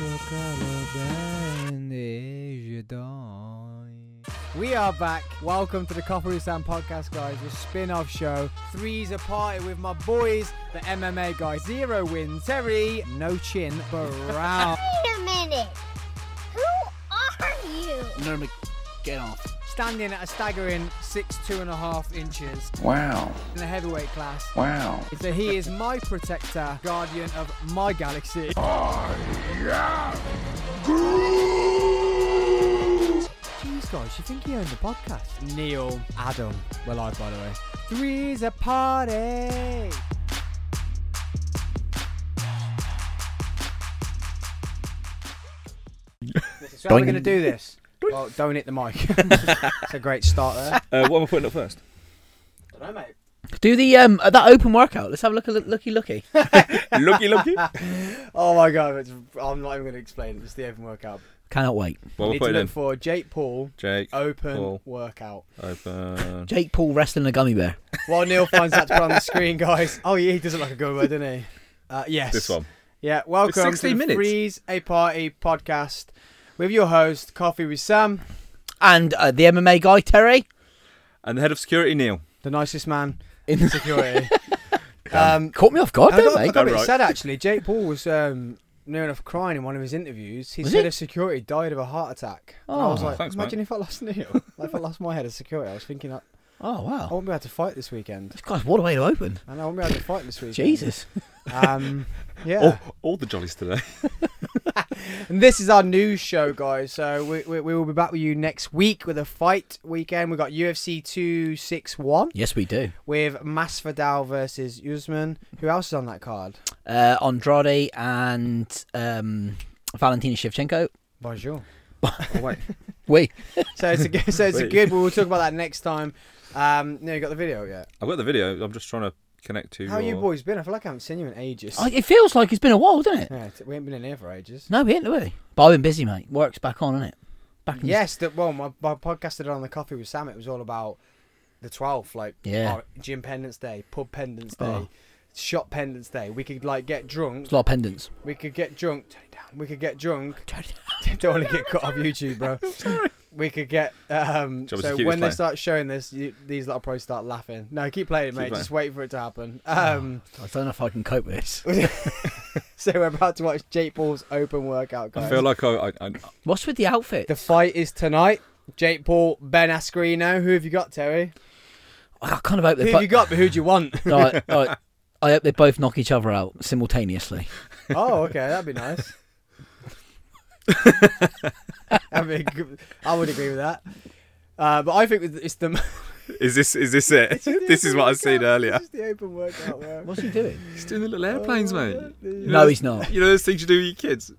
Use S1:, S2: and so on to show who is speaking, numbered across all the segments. S1: your color blind is you die. We are back. Welcome to the Coppery Sound Podcast, guys. The spin-off show. Three's a party with my boys, the MMA guy. Zero win, Terry. No chin, Brown.
S2: Wait a minute. Who are you?
S3: Norma, get off.
S1: Standing at a staggering six two and a half inches
S3: Wow.
S1: in the heavyweight class.
S3: Wow.
S1: So he is my protector, guardian of my galaxy. Jeez, guys, you think he owned the podcast? Neil, Adam, we're live by the way. Three's a party. So how are we
S3: Doink.
S1: going to do this? Well, don't hit the mic. it's a great start there.
S4: Uh, what am I putting up first?
S1: don't know, mate.
S3: Do the um uh, that open workout. Let's have a look at look- looky looky.
S4: Looky, looky.
S1: Oh my god, it's, I'm not even going to explain it. It's the open workout.
S3: Cannot wait.
S4: Well, we'll
S1: Need to
S4: put it
S1: look
S4: in.
S1: for Jake Paul
S4: Jake,
S1: open
S4: Paul.
S1: workout.
S4: open.
S3: Jake Paul wrestling a gummy bear.
S1: While Neil finds that to put on the screen, guys. Oh, yeah, he doesn't like a good word, doesn't he? Uh, yes.
S4: This one.
S1: Yeah, welcome
S4: 60
S1: to the
S4: minutes.
S1: Freeze a Party podcast with your host, Coffee with Sam,
S3: And uh, the MMA guy Terry.
S4: And the head of security, Neil.
S1: the nicest man
S3: In
S1: in security. um,
S3: Caught me off guard,
S1: I got,
S3: didn't
S1: I
S3: they?
S1: got a bit
S4: Alright.
S1: sad actually. Jake Paul was um, near enough crying in one of his interviews. He
S3: Was
S1: said
S3: he?
S1: a security died of a heart attack. and I was
S3: Oh,
S1: like,
S4: thanks,
S1: imagine if I lost Neil. like, if I lost my head of security, I was thinking, I,
S3: Oh
S1: I
S3: wow.
S1: won't be able to fight this weekend.
S3: This guy's what a way to open.
S1: And I won't be able to fight this weekend.
S3: Jesus. Oh.
S1: Um, yeah.
S4: All, all the jollies today.
S1: And this is our news show, guys. So we, we, we will be back with you next week with a fight weekend. We've got UFC 261
S3: Yes, we do.
S1: with Masvidal versus Usman. Who else is on that card?
S3: Uh, Andrade and um, Valentina Shevchenko.
S1: Bonjour.
S4: Oh, wait.
S3: We.
S1: So it's a good, so it's a
S4: Wait.
S1: good. We'll talk about that next time. Um, no, you got the video yet?
S4: I've got the video. I'm just trying to connect to.
S1: How
S4: your...
S1: you boys been? I feel like I haven't seen you in ages.
S3: I, it feels like it's been a while, doesn't it?
S1: Yeah, t- we ain't been in here for ages.
S3: No, we ain't, have we? But I've been busy, mate. Work's back on, isn't it? Back in
S1: Yes, the, well, my, my podcast I did on the coffee with Sam. It was all about the 12th, like
S3: Yeah.
S1: our gym pendants day, pub pendants day,
S3: Oh.
S1: shop pendants day. We could like get drunk
S3: There's a lot of pendants.
S1: We could get drunk. Turn it down. We could get drunk. Don't want to get cut off YouTube, bro. We could get. Um,
S4: Job is
S1: so
S4: to keep
S1: when
S4: this
S1: they
S4: playing.
S1: start showing this, you, these lot probably start laughing. No, keep playing, mate.
S4: playing.
S1: Just wait for it to happen.
S3: Oh.
S1: Um,
S3: I don't know if I can cope with this.
S1: so we're about to watch Jake Paul's open workout, guys.
S4: I feel like I, I, I.
S3: What's with the outfit?
S1: the fight is tonight. Jake Paul, Ben Ascarino. Who have you got, Terry?
S3: I kind of hope
S1: Who
S3: they.
S1: have
S3: bu-
S1: you got? But who do you want?
S3: All right, all right. I hope they both knock each other out simultaneously.
S1: oh, okay, that'd be nice. I mean, I would agree with that. Uh, but I think it's the
S4: Is this is this it? this is what I seen earlier.
S1: This is the open workout, man.
S3: What's he doing?
S4: He's doing the little airplanes, mate.
S3: No, he's not.
S4: You know those things you do with your kids.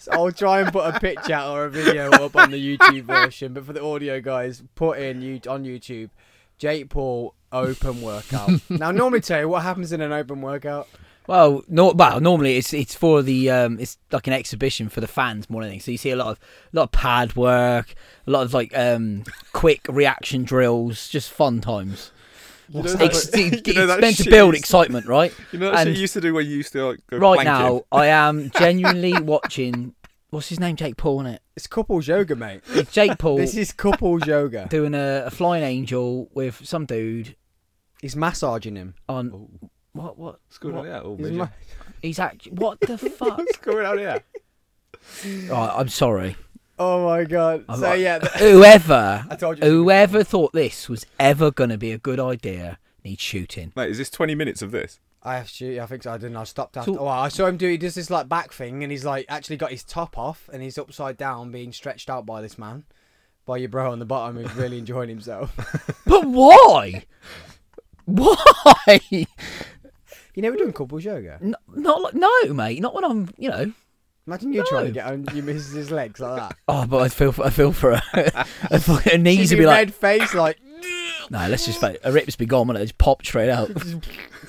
S1: So I'll try and put a picture out or a video up on the YouTube version, but for the audio guys, put in you on YouTube, Jake Paul open workout. now, normally, Terry, what happens in an open workout?
S3: Well, no, well, normally it's it's for the um, it's like an exhibition for the fans more than anything. So you see a lot of a lot of pad work, a lot of like um, quick reaction drills, just fun times.
S4: You know
S3: It's,
S4: that- you know
S3: it's
S4: that
S3: meant to
S4: shit
S3: build
S4: you used-
S3: excitement, right?
S4: You know that shit
S3: and-
S4: you used to do when you used to like, go
S3: Right
S4: planking?
S3: now, I am genuinely watching. What's his name? Jake Paul, is it?
S1: It's couples yoga, mate.
S3: It's Jake Paul
S1: This is couples yoga.
S3: doing a, a flying angel with some dude
S1: He's massaging him.
S3: on what what
S4: It's going on here. Oh,
S1: He's
S4: major.
S1: ma-
S3: He's actually what the fuck?
S4: It's going on here.
S3: Right, I'm sorry.
S1: oh my god!
S3: I'm
S1: So
S3: like-
S1: yeah, th-
S3: Whoever
S1: I told you.
S3: whoever thought this was ever going to be a good idea needs shooting.
S4: Mate, is this 20 minutes of this?
S1: I have to. I think so. I didn't. I stopped after.
S3: So-
S1: oh, I saw him do. He does this like back thing, and he's like actually got his top off, and he's upside down, being stretched out by this man, by your bro on the bottom, who's really enjoying himself.
S3: But why? Why?
S1: You never done couples yoga?
S3: N- Not like- no, mate. Not when I'm, you know.
S1: Imagine you
S3: No.
S1: trying to get on your missus's legs like that.
S3: Oh, but I feel for, I feel for her. Her fucking her knees
S1: She'd
S3: would
S1: be
S3: be like,
S1: red face, like
S3: no, let's just fa- her hips be gone and it just pop straight out.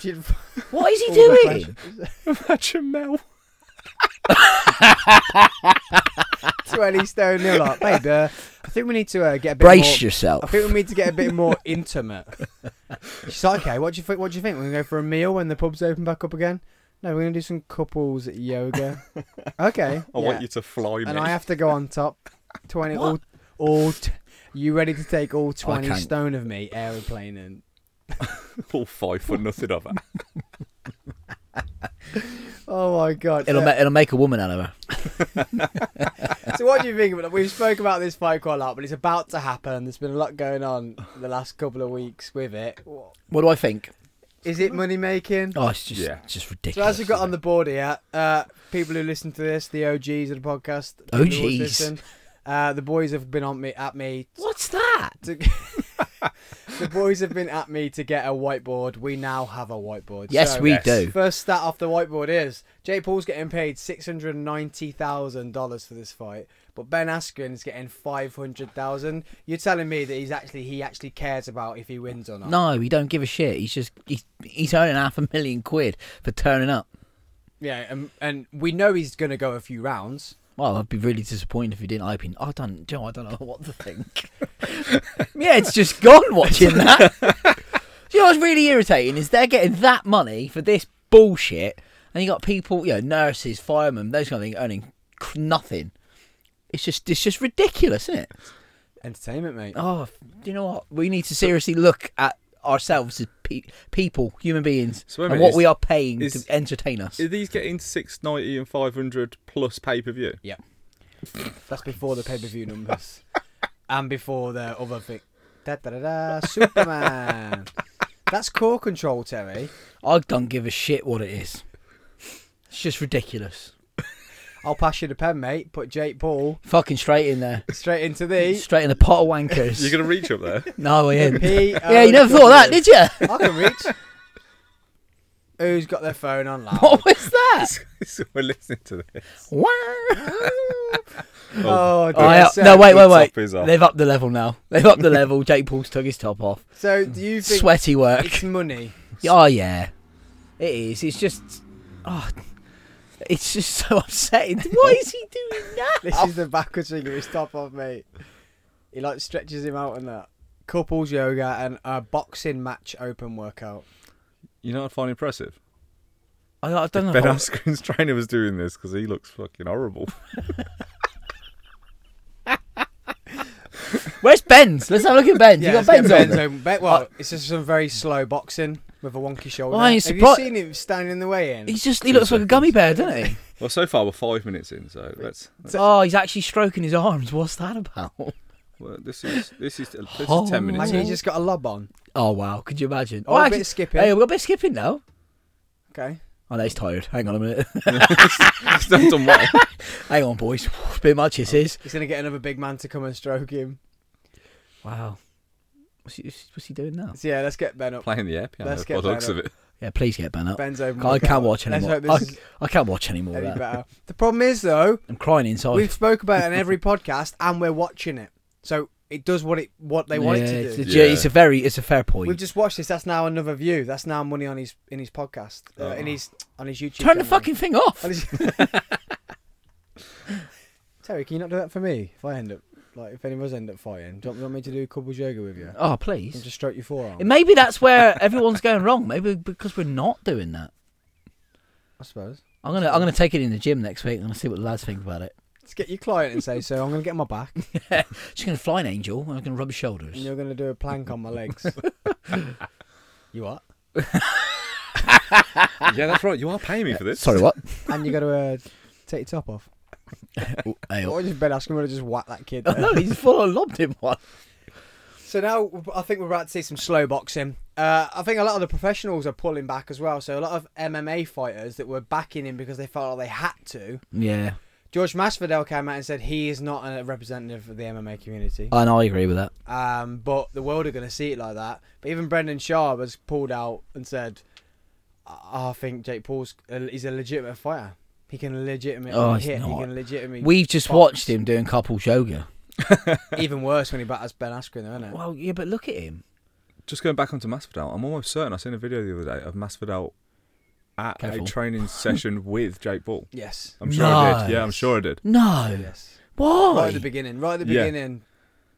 S1: she'd-
S3: What is he
S1: all the
S3: doing?
S4: Imagine Mel.
S1: twenty stone nil up, babe. Uh, I think we need to uh, get a bit more.
S3: Brace
S1: I
S3: yourself.
S1: think we need to get a bit more intimate. She's like, okay, what do you think? What do you think? We're gonna go for a meal when the pub's open back up again. No, we're gonna do some couples yoga. okay.
S4: I
S1: yeah.
S4: want you to fly me.
S1: and I have to go on top. Twenty. All.
S3: What?
S1: all t- you ready to take all twenty
S3: can't.
S1: stone of me, aeroplane, and
S4: all five for nothing of it.
S1: oh my god.
S3: It'll
S1: So-
S3: ma- it'll make a woman out of her.
S1: so what do you think? about- We've spoke about this fight quite a lot, but it's about to happen. There's been a lot going on the last couple of weeks with it.
S3: What do I think?
S1: Is it money making?
S3: Oh, it's just
S4: Yeah.
S3: it's just
S1: So
S3: ridiculous.
S1: as we've got on the board here, uh, people who listen to this, the OGs of the podcast, people who
S3: OGs.
S1: always listen, uh, the boys have been on me at me.
S3: What's that?
S1: To, the boys have been at me to get a whiteboard. We now have a whiteboard.
S3: Yes,
S1: So-
S3: we
S4: Yes.
S3: do.
S1: First stat off the whiteboard is Jake Paul's getting paid six hundred ninety thousand dollars for this fight, but Ben Askren is getting five hundred thousand. You're telling me that he's actually he actually cares about if he wins or not?
S3: No, he don't give a shit. He's just he's he's earning half a million quid for turning up.
S1: Yeah, and and we know he's gonna go a few rounds.
S3: Well, I'd be really disappointed if he didn't. I've been. I don't. Joe, I don't know what to think. yeah, it's just gone watching that. you know what's really irritating is they're getting that money for this bullshit, and you got people, you know, nurses, firemen, those kind of things, earning c- nothing. It's just it's just ridiculous, isn't it?
S1: Entertainment, mate.
S3: Oh, f- do you know what? We need to seriously look at ourselves as pe- people, human beings,
S4: So wait a
S3: and
S4: minute,
S3: what
S4: is-
S3: we are paying
S4: is-
S3: to entertain us.
S4: Are these getting six ninety and five hundred plus pay per view?
S1: Yeah, that's before the pay per view numbers and before the other thing. Da da da da. Superman. That's core control, Terry.
S3: I don't give a shit what it is. It's just ridiculous.
S1: I'll pass you the pen, mate. Put Jake Paul
S3: Fucking straight in there.
S1: straight into the
S3: Straight in the pot of wankers.
S4: You're gonna reach up there.
S3: No, I ain't.
S1: P.
S3: Yeah, you never thought of that, did you?
S1: I can reach. Who's got their phone on loud?
S3: What was that?
S4: so we're listening to this.
S3: Wow.
S1: Oh, dear.
S3: Oh, yeah.
S1: so,
S3: No, wait,
S4: the
S3: wait,
S4: top is
S3: wait.
S4: off.
S3: They've upped the level now. They've upped the level. Jake Paul's took his top off.
S1: So do you think
S3: Sweaty work.
S1: it's money?
S3: Oh yeah, it is. It's just, oh, it's just so upsetting. Why is he doing that?
S1: This is the backwards thing of his top off, mate. He like stretches him out and that. Couples yoga and a boxing match open workout.
S4: You know what I find impressive?
S3: I, I don't know.
S4: Ben
S3: how-
S4: Askren's trainer was doing this because he looks fucking horrible.
S3: Where's Ben's? Let's have a look at Ben's. you got
S1: let's
S3: Ben's
S1: get
S3: on. Uh,
S1: Ben's open. Ben- well, it's just some very slow boxing with a wonky shoulder.
S3: Well, I ain't
S1: Have you
S3: surprised-
S1: seen him standing in the way in?
S3: He's just he looks like a gummy bear, doesn't he?
S4: Well, so far we're five minutes in, so let's.
S3: Oh, he's actually stroking his arms. What's that about?
S4: Well, this is this is this is
S3: Oh.
S4: ten minutes.
S1: Has
S4: in.
S1: he just got a lob on?
S3: Oh wow, could you imagine?
S1: Oh, a
S3: actually-
S1: bit of skipping.
S3: Hey, we've got a bit of skipping now.
S1: Okay.
S3: Oh no, he's tired. Hang on a minute.
S4: He's not done well.
S3: Hang on, boys. bit much this is.
S1: He's gonna get another big man to come and stroke him.
S3: Wow. What's he, what's he doing now?
S1: So yeah, let's get Ben up.
S4: Playing the air piano
S1: Let's
S4: by
S1: get
S4: the looks
S1: better.
S4: of it.
S3: Yeah, please get Ben up.
S1: Ben's open.
S3: I can't
S1: workout.
S3: watch
S1: Let's
S3: anymore.
S1: hope this
S3: I-
S1: is-
S3: I can't watch anymore.
S1: any
S3: of That.
S1: better. The problem is though,
S3: I'm crying inside.
S1: we've spoke about it on every podcast, and we're watching it, so it does what it what they want it
S3: Yeah,
S1: to
S3: it's,
S1: do.
S3: it's-
S4: Yeah.
S3: it's a very, it's a fair point.
S1: We've just watched this. That's now another view. That's now money on his in his podcast, uh, in
S4: Oh.
S1: his on his YouTube.
S3: Turn the
S1: channel.
S3: fucking thing off.
S1: On his- Terry, can you not do that for me? If I end up like if any of us end up fighting, do you want- want me to do couples yoga with you?
S3: Oh,
S1: And
S3: please.
S1: just stroke your forearm.
S3: Maybe that's where everyone's going wrong. Maybe because we're not doing that.
S1: I suppose.
S3: I'm gonna, I'm gonna take it in the gym next week and I'll see what the lads think about it.
S1: Let's get your client and say, "So I'm going to get my back,
S3: She's gonna fly an angel and I'm gonna rub his
S1: and
S3: shoulders.
S1: you're going to do a plank on my legs." you what?
S4: Yeah, that's right. You are paying me for this.
S3: Sorry, what?
S1: And you got to uh, take your top off.
S3: Oh, hey, oh.
S1: Or just Ben Askren would have just whacked that kid.
S3: Oh,
S1: there.
S3: no, he's full on lobbed him one.
S1: So now I think we're about to see some slow boxing. Uh, I think a lot of the professionals are pulling back as well. So a lot of MMA fighters that were backing him because they felt like they had to.
S3: Yeah,
S1: George Masvidal came out and said he is not a representative of the MMA community.
S3: I know. I agree with that.
S1: Um, but the world are going to see it like that. But even Brendan Sharp has pulled out and said, "I, I think Jake Paul's is a legitimate fighter. He can legitimately
S3: Oh, he's
S1: hit. He
S3: not.
S1: can legitimately."
S3: We've just
S1: box."
S3: watched him doing couples yoga.
S1: Even worse when he batters Ben Askren, though, isn't it?
S3: Well, yeah, but look at him.
S4: Just going back onto Masvidal, I'm almost certain I seen a video the other day of Masvidal at
S3: Careful.
S4: a training session with Jake Paul.
S1: Yes.
S4: I'm sure I did. Yeah, I'm
S3: Nice.
S4: sure I did.
S3: No,
S1: Yes. Right
S3: why?
S1: at the beginning. Right at the
S4: Yeah.
S1: beginning,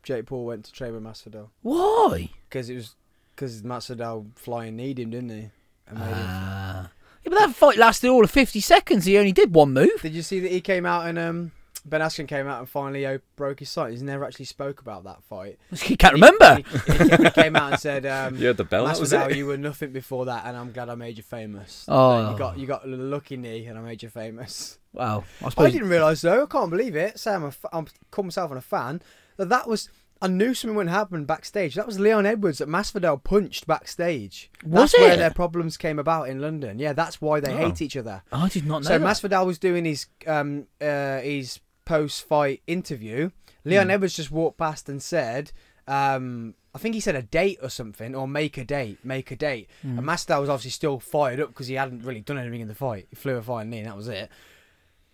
S1: Jake Paul went to train with Masvidal
S3: Why?
S1: because it was because Masvidal flying need him, didn't he? And made him-
S3: Ah, Yeah, but that fight lasted all of 50 seconds. He only did one move.
S1: Did you see that he came out and um, Ben Askren came out and finally uh, broke his silence? He's never actually spoke about that fight.
S3: He can't remember.
S1: He, he- he came out and said, um,
S4: You had the bell. That was
S1: Masvidal,
S4: it.
S1: you were nothing before that, and I'm glad I made you famous.
S3: Oh.
S1: you got you got a lucky knee, and I made you famous.
S3: Wow. I
S1: I
S3: suppose.
S1: didn't realise though. I can't believe it. Say I'm a f- I'm call myself a fan. That that was. I knew something would happen backstage. That was Leon Edwards that Masvidal punched backstage.
S3: Was
S1: that's where
S3: it?
S1: their problems came about in London. Yeah, that's why they
S4: Oh.
S1: hate each other.
S3: I did not know.
S1: So
S3: that.
S1: Masvidal was doing his um uh, his post fight interview. Leon
S3: Hmm.
S1: Edwards just walked past and said, um, I think he said a date or something, or make a date, make a date.
S3: Hmm.
S1: And Masvidal was obviously still fired up because he hadn't really done anything in the fight. He flew a fine knee, and that was it.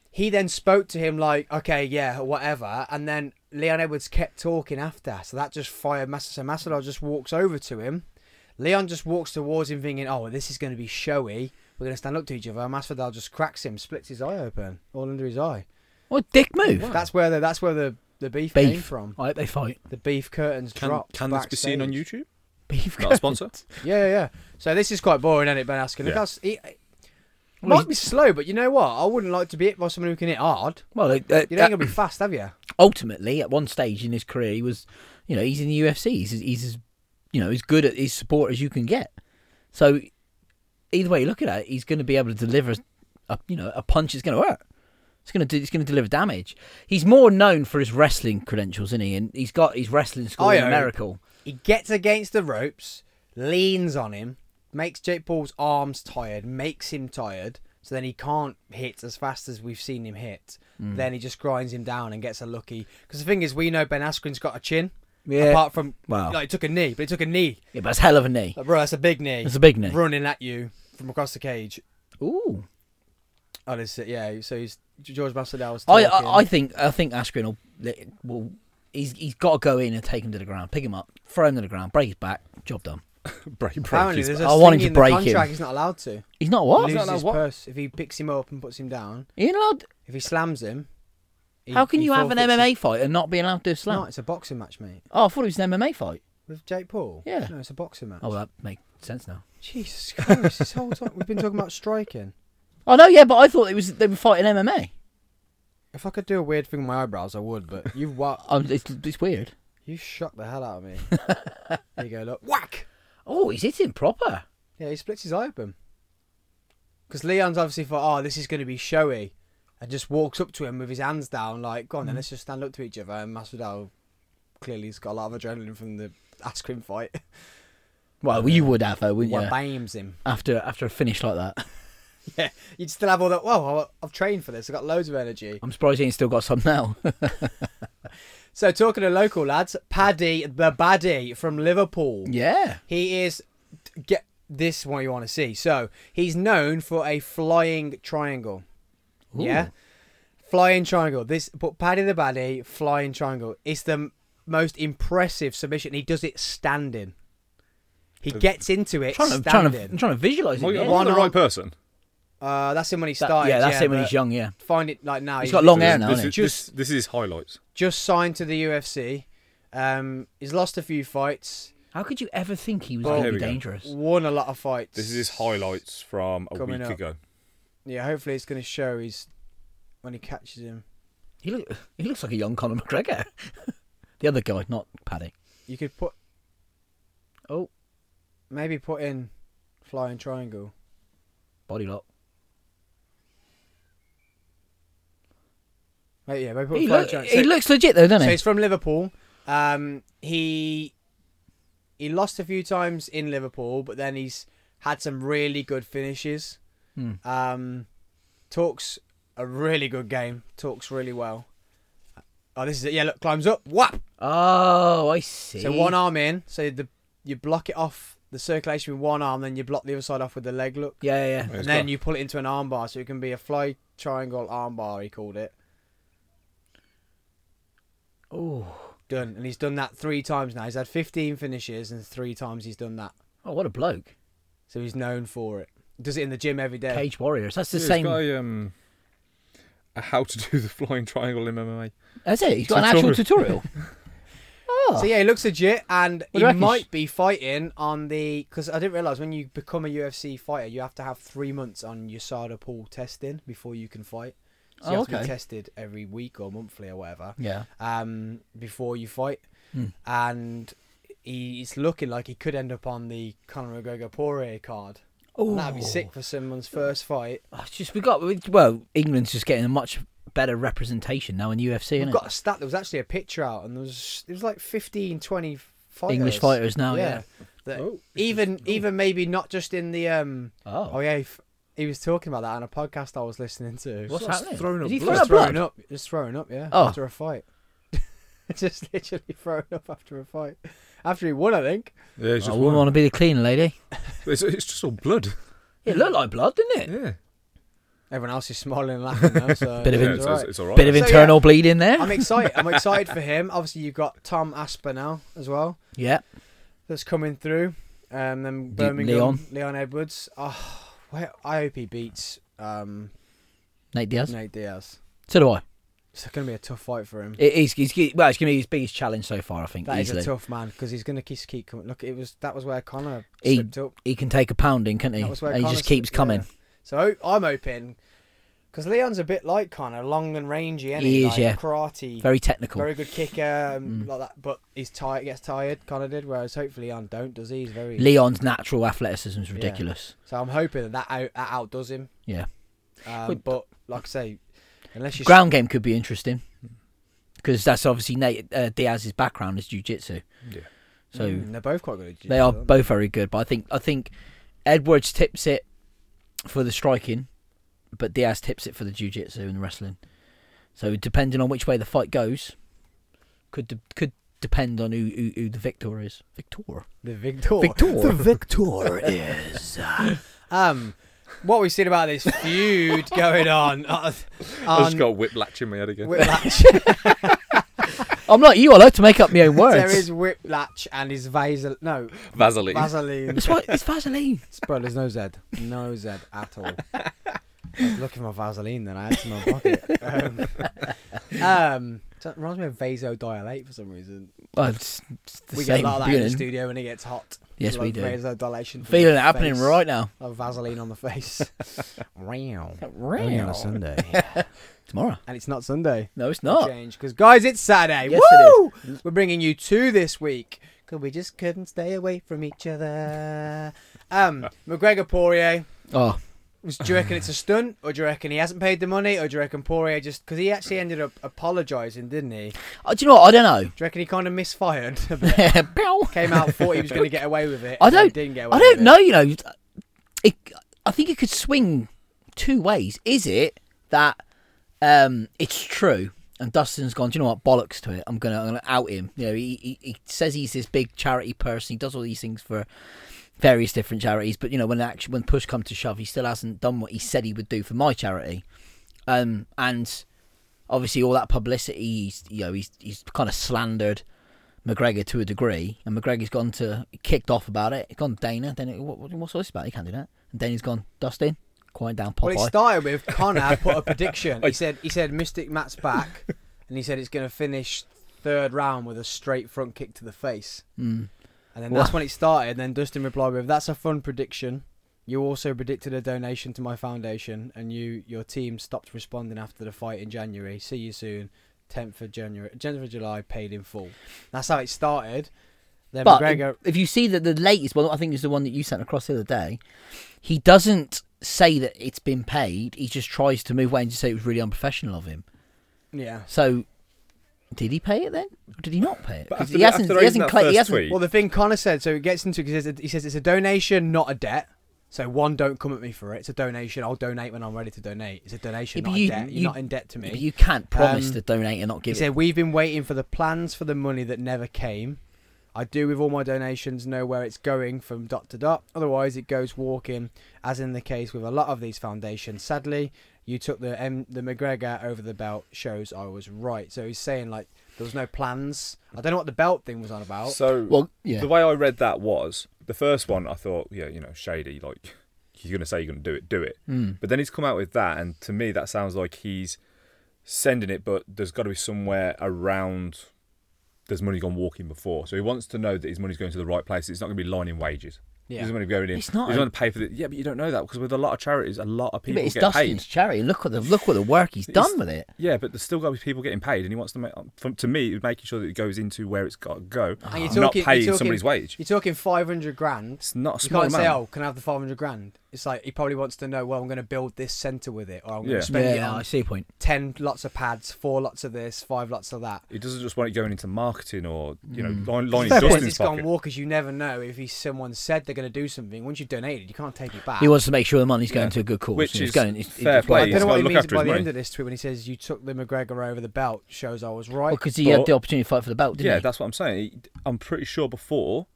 S1: He then spoke to him like, okay, yeah, whatever, and then Leon Edwards kept talking after, so that just fired Masvidal. So Masvidal just walks over to him. Leon just walks towards him, thinking, "Oh, this is going to be showy. We're going to stand up to each other." And Masvidal just cracks him, splits his eye open, all under his eye.
S3: What a dick move.
S1: That's where the that's where the, the beef, came
S3: beef.
S1: from.
S3: I hope they fight.
S1: The beef curtains
S4: Can,
S1: dropped.
S4: can this be seen on
S1: backstage.
S4: YouTube?
S3: Beef.
S4: Not a sponsor.
S1: Yeah, yeah, yeah. So this is quite boring, isn't it, Ben Askren?
S4: Yeah.
S1: Look, that's- he- it
S3: Well,
S1: might be slow, but you know what? I wouldn't like to be hit by someone who can hit hard.
S3: Well, uh, uh,
S1: You ain't gonna be fast, have you?
S3: ultimately, at one stage in his career, he was, you know, he's in the UFC. He's, he's as, you know, as good at his support as you can get. So, either way you look at it, he's going to be able to deliver, a, you know, a punch is going to hurt. It's going to do, it's going to deliver damage. He's more known for his wrestling credentials, isn't he? And he's got his wrestling school
S1: I
S3: in
S1: hope.
S3: America.
S1: He gets against the ropes, leans on him, makes Jake Paul's arms tired, makes him tired, so then he can't hit as fast as we've seen him hit.
S3: Mm.
S1: Then he just grinds him down and gets a lucky. Because the thing is, we know Ben Askren's got a chin.
S3: Yeah.
S1: Apart from,
S3: Wow.
S1: like, he took a knee, but he took a knee.
S3: Yeah, but it's hell of a knee.
S1: Like, bro, that's a big knee.
S3: It's a big knee.
S1: Running at you from across the cage.
S3: Ooh.
S1: Oh, this, yeah. So he's George Masvidal was
S3: I,
S1: talking.
S3: I, I think I think Askren will, will he's he's got to go in and take him to the ground, pick him up, throw him to the ground, break his back, job done.
S4: Break, break
S1: Apparently,
S4: his
S1: there's
S4: back.
S1: a
S3: I want him
S1: thing
S3: to
S1: in the
S3: break him.
S1: contract he's not allowed to.
S3: He's not what?
S1: He loses
S4: not allowed
S1: his
S4: what?
S1: purse if he picks him up and puts him down.
S3: You're not allowed-
S1: If he slams him, he-
S3: How can
S1: he
S3: you have an
S1: forfeits his-
S3: MMA fight and not be allowed to do a slam?
S1: No, it's a boxing match, mate.
S3: Oh, I thought it was an MMA fight.
S1: With Jake Paul.
S3: Yeah.
S1: No, it's a boxing match.
S3: Oh, well, that makes sense now.
S1: Jesus Christ! this whole time we've been talking about striking.
S3: Oh no, yeah, but I thought it was they were fighting MMA.
S1: If I could do a weird thing with my eyebrows, I would. But you what?
S3: Um, it's, it's weird.
S1: You shocked the hell out of me. there you go. Look, whack.
S3: Oh, he's hitting proper.
S1: Yeah, he splits his eye open. Because Leon's obviously thought, oh, this is going to be showy, and just walks up to him with his hands down, like, go on,
S3: Mm.
S1: then let's just stand up to each other. And Masvidal clearly has got a lot of adrenaline from the Askren fight.
S3: Well, you would have though, wouldn't you?
S1: Yeah. Bangs him.
S3: After after a finish like that,
S1: Yeah, you'd still have all that. Whoa, I- I've trained for this. I've got loads of energy.
S3: I'm surprised he ain't still got some now.
S1: So talking to local lads, Paddy the Baddie from Liverpool.
S3: yeah.
S1: He is get this is what you want to see. So he's known for a flying triangle. Yeah. Flying triangle. This but Paddy the Baddie flying triangle is the m- most impressive submission. He does it standing. He gets into it
S3: Trying to, trying
S1: standing.
S3: to, I'm trying to visualize it.
S4: Well,
S3: yeah.
S4: am I the
S1: One
S4: right
S1: arm-
S4: person?
S1: Uh, that's him when he
S3: That-
S1: started.
S3: yeah, that's it when
S1: but
S3: he's young. Yeah,
S1: Find it like now.
S3: he's got long
S4: This-
S3: hair now.
S4: This,
S3: Isn't
S4: is-
S3: he?
S4: this, this is highlights.
S1: just signed to the UFC. Um, he's lost a few fights.
S3: How could you ever think he was
S1: Well,
S3: going to
S4: here
S3: be
S4: we go.
S3: dangerous?
S1: Won a lot of fights.
S4: This is his highlights from a
S1: Coming
S4: week
S1: up.
S4: ago.
S1: Yeah, hopefully it's going to show he's when he catches him.
S3: He look, he looks like a young Conor McGregor. the other guy, not Paddy.
S1: You could put
S3: Oh,
S1: maybe put in flying triangle.
S3: body lock.
S1: Maybe, yeah, maybe put
S3: He,
S1: flying
S3: look-
S1: triangle.
S3: he
S1: so,
S3: looks legit though, doesn't
S1: so
S3: he?
S1: he's from Liverpool. Um, he he lost a few times in Liverpool, but then he's had some really good finishes.
S3: Hmm.
S1: Um, talks a really good game. Talks really well. Oh, this is it. Yeah, look, climbs up. Whap.
S3: Oh, I see.
S1: So one arm in, so the you block it off the circulation with one arm, then you block the other side off with the leg look,
S3: Yeah, yeah, yeah.
S4: It's
S1: and then
S4: got-
S1: you pull it into an arm bar, so it can be a fly triangle arm bar. He called it
S3: Oh,
S1: done, and he's done that three times now. He's had 15 finishes, and three times he's done that,
S3: oh, what a bloke!
S1: so he's known for it. Does it in the gym every day.
S3: Cage Warriors. That's the
S4: Yeah, he's
S3: same.
S4: got a, um, a how to do the flying triangle in MMA.
S3: That's it. He's got an actual tutorial. Oh.
S1: So yeah, he looks legit, and
S3: do you
S1: he
S3: reckon?
S1: might be fighting on the because I didn't realize when you become a UFC fighter, you have to have three months on USADA pool testing before you can fight. So you
S3: Oh,
S1: have to be
S3: okay.
S1: tested every week or monthly or whatever
S3: yeah.
S1: um, before you fight,
S3: Hmm.
S1: and he's looking like he could end up on the Conor McGregor Poirier card.
S3: Oh,
S1: And that'd be sick for someone's first fight.
S3: It's just we got we- well, England's just getting a much better representation now in UFC,
S1: We've
S3: isn't
S1: got a stat. There was actually a picture out, and there was it was like 15, 20 fighters.
S3: English fighters now, yeah.
S1: That
S4: Oh, it's
S1: even
S4: just- oh.
S1: even maybe not just in the um.
S3: Oh.
S1: Oh yeah, he, f- he was talking about that on a podcast I was listening to.
S3: What's
S4: Starts
S3: happening?
S4: throwing up
S3: Is he throwing up
S4: blood.
S1: Just
S3: blood?
S1: throwing up, just throwing up, yeah.
S3: Oh.
S1: After a fight, just literally throwing up after a fight. After he won, I think.
S4: Yeah, it's
S3: I
S4: just
S3: wouldn't
S4: one.
S3: want to be the clean lady.
S4: It's, it's just all blood.
S3: It looked like blood, didn't it?
S4: Yeah.
S1: Everyone else is smiling and laughing now, so
S3: Bit of
S4: yeah
S3: in-
S1: it's
S4: it's,
S1: all right.
S4: it's, it's all right.
S3: Bit of
S1: So,
S3: internal bleeding there.
S1: I'm excited. I'm excited for him. Obviously, you've got Tom Asper now as well.
S3: yeah.
S1: That's coming through. Um, then
S3: Le-
S1: Birmingham, Leon,
S3: Leon.
S1: Edwards. Oh, well, I hope he beats um,
S3: Nate Diaz.
S1: Nate Diaz.
S3: So do I.
S1: It's going to be a tough fight for him.
S3: It is. He's, well, it's going to be his biggest challenge so far, I think.
S1: That is
S3: easily.
S1: a tough man because he's going to keep, keep coming. Look, it was that was where Connor
S3: He-
S1: slipped up.
S3: he can take a pounding, can't he?
S1: That was where
S3: And he
S1: Connor
S3: just keeps
S1: slipped,
S3: coming.
S1: yeah. So I'm hoping because Leon's a bit like Connor, long and rangy. Isn't he,
S3: He is,
S1: Like,
S3: yeah.
S1: Karate,
S3: Very Mm. technical.
S1: Very good kicker, um, like that. But he's tired, gets tired. Connor did, whereas hopefully Leon don't, does he? He's very.
S3: Leon's natural athleticism is ridiculous.
S1: so I'm hoping that that, out, that outdoes him.
S3: Yeah.
S1: Um,
S3: But-
S1: but like I say, unless you
S3: Ground game could be interesting
S1: Hmm.
S3: because that's obviously Nate uh, Diaz's background is jiu-jitsu.
S4: Yeah.
S3: So
S1: Mm, they're both quite good. At jiu-jitsu,
S3: they are
S1: aren't
S3: both very good, but I think I think Edwards tips it for the striking, but Diaz tips it for the jiu-jitsu and the wrestling. So depending on which way the fight goes, could de- could depend on who, who who the victor is. Victor.
S1: the Victor.
S3: Victor.
S1: Victor
S3: is.
S1: um, what we've seen about this feud going on uh,
S4: I just
S1: on
S4: got whiplash in my head again.
S1: Whiplash.
S3: I'm like you. I like to make up my own words.
S1: there is Whiplash and his Vaseline. No,
S4: Vaseline.
S1: Vaseline.
S3: It's, what, it's Vaseline.
S1: Bro, there's no Z. No Z at all. I was looking for Vaseline then. I had some in my pocket. Um, um, that reminds me of vasodilate for some reason.
S3: Well, Oh, it's, it's the
S1: we
S3: same
S1: get a lot of that in the
S3: feeling.
S1: studio when it gets hot.
S3: Yes,
S1: Like
S3: we do.
S1: Vasodilation. for
S3: Feeling
S1: the
S3: it happening
S1: face.
S3: right now.
S1: Of Vaseline on the face. Wow.
S3: Oh,
S1: Only on a
S3: Tomorrow.
S1: Sunday. and it's not Sunday.
S3: No, it's
S1: Change.
S3: not.
S1: 'Cause because guys, it's Saturday.
S3: Yes, it
S1: Woo! We're bringing you two this week because we just couldn't stay away from each other. Um, McGregor Poirier.
S3: Oh,
S1: Was, do you reckon it's a stunt, or do you reckon he hasn't paid the money, or do you reckon Poirier just because he actually ended up apologising, didn't he? Do
S3: uh, do you know what? I don't
S1: you reckon he kind of misfired? a bit?
S3: know. Pow.
S1: Came out thought he was going to get away with it.
S3: I
S1: and then
S3: don't-
S1: Didn't get away
S3: I
S1: with
S3: don't
S1: it.
S3: know. You know, it, I think it could swing two ways. Is it that um, it's true? And Dustin's gone. Do you know what? Bollocks to it. I'm gonna, I'm gonna out him. You know, he, he he says he's this big charity person. He does all these things for various different charities. But you know, when actually when push comes to shove, he still hasn't done what he said he would do for my charity. Um, and obviously all that publicity, he's, you know, he's he's kind of slandered McGregor to a degree, and McGregor's gone to kicked off about it. He's gone Dana. Then what, what- what's all this about? He can't do that. And Dana's gone Dustin. Quiet down,
S1: Well,
S3: Popeye.
S1: it started with Connor put a prediction. He said he said Mystic Matt's back, and he said it's going to finish third round with a straight front kick to the face.
S3: Mm.
S1: And then
S3: Well-
S1: that's when it started. And then Dustin replied with, "That's a fun prediction. You also predicted a donation to my foundation, and you your team stopped responding after the fight in January. See you soon, 10th of January, 10th of July, paid in full." That's how it started. Then
S3: But
S1: McGregor,
S3: if you see that the latest one, I think is the one that you sent across the other day. He doesn't say that it's been paid. He just tries to move away and just say it was really unprofessional of him.
S1: yeah.
S3: So, did he pay it then, or did he not pay it?
S4: But
S3: 'Cause
S4: after
S3: he
S4: the-
S3: hasn't. He
S4: after reading
S3: hasn't.
S4: that
S3: Cla- he
S4: first
S3: hasn't
S4: tweet-
S1: Well, the thing Connor said, so it gets into because he says it's a donation, not a debt. So one, don't come at me for it. It's a donation. I'll donate when I'm ready to donate. It's a donation,
S3: Yeah, but
S1: not a
S3: you-
S1: debt. You're
S3: you-
S1: not in debt to me.
S3: But you can't promise
S1: Um,
S3: to donate and not
S1: He
S3: give it.
S1: said, We've been waiting for the plans for the money that never came. I do, with all my donations, know where it's going from dot to dot. Otherwise, it goes walking, as in the case with a lot of these foundations. Sadly, you took the M- the McGregor over the belt shows I was right. So he's saying, like, there was no plans. I don't know what the belt thing was on about.
S4: So
S3: Well, yeah.
S4: the way I read that was the first one. I thought, yeah, you know, shady. Like he's gonna say you're gonna do it, do it.
S3: Mm.
S4: But then he's come out with that, and to me, that sounds like he's sending it, but there's got to be somewhere around there's money gone walking before. So he wants to know that his money's going to the right place. It's not going to be lining wages.
S3: Yeah.
S4: Yeah. His money going in.
S3: It's not
S4: He's
S3: a-
S4: going to pay for the. Yeah, but you don't know that because with a lot of charities, a lot of people
S3: But it's
S4: get
S3: Dustin's
S4: paid.
S3: charity. Look what the look what the work he's
S4: It's-
S3: done with it.
S4: Yeah, but there's still got to be people getting paid, and he wants to make. From, to me, it's making sure that it goes into where it's got to go,
S3: Oh,
S1: And you're
S4: not
S1: talking-
S4: paying
S1: you're talking-
S4: somebody's wage.
S1: You're talking 500 grand.
S4: It's not a
S1: You
S4: small
S1: can't say,
S4: amount.
S1: "Oh, can I have the 500 grand?" It's like he probably wants to know, "Well, I'm going to build this center with it, or I'm going
S4: Yeah.
S1: to spend it
S3: I
S1: on
S3: see your point.
S1: 10 lots of pads, four lots of this, five lots of that."
S4: He doesn't just want it going into marketing or you know
S1: Hmm.
S4: line, lining
S1: Fair point.
S4: Dustin's
S1: It's gone
S4: pocket.
S1: walkers. You never know if he's someone said they're going to do something. Once you've donated, you can't take it back.
S3: He wants to make sure the money's going
S4: Yeah.
S3: to a good cause.
S4: Which
S3: and it's
S4: is
S3: going, it's,
S4: fair
S1: Well, I
S4: play.
S1: don't
S4: He's
S1: know what
S4: gotta
S1: he
S4: look
S1: means
S4: after
S1: by
S4: his
S1: the
S4: money.
S1: end of this tweet when he says, "You took the McGregor over the belt." Shows I was right.
S3: because he had
S4: But-
S3: the opportunity to fight for the belt, didn't
S4: Yeah,
S3: he?
S4: that's what I'm saying. He, I'm pretty sure before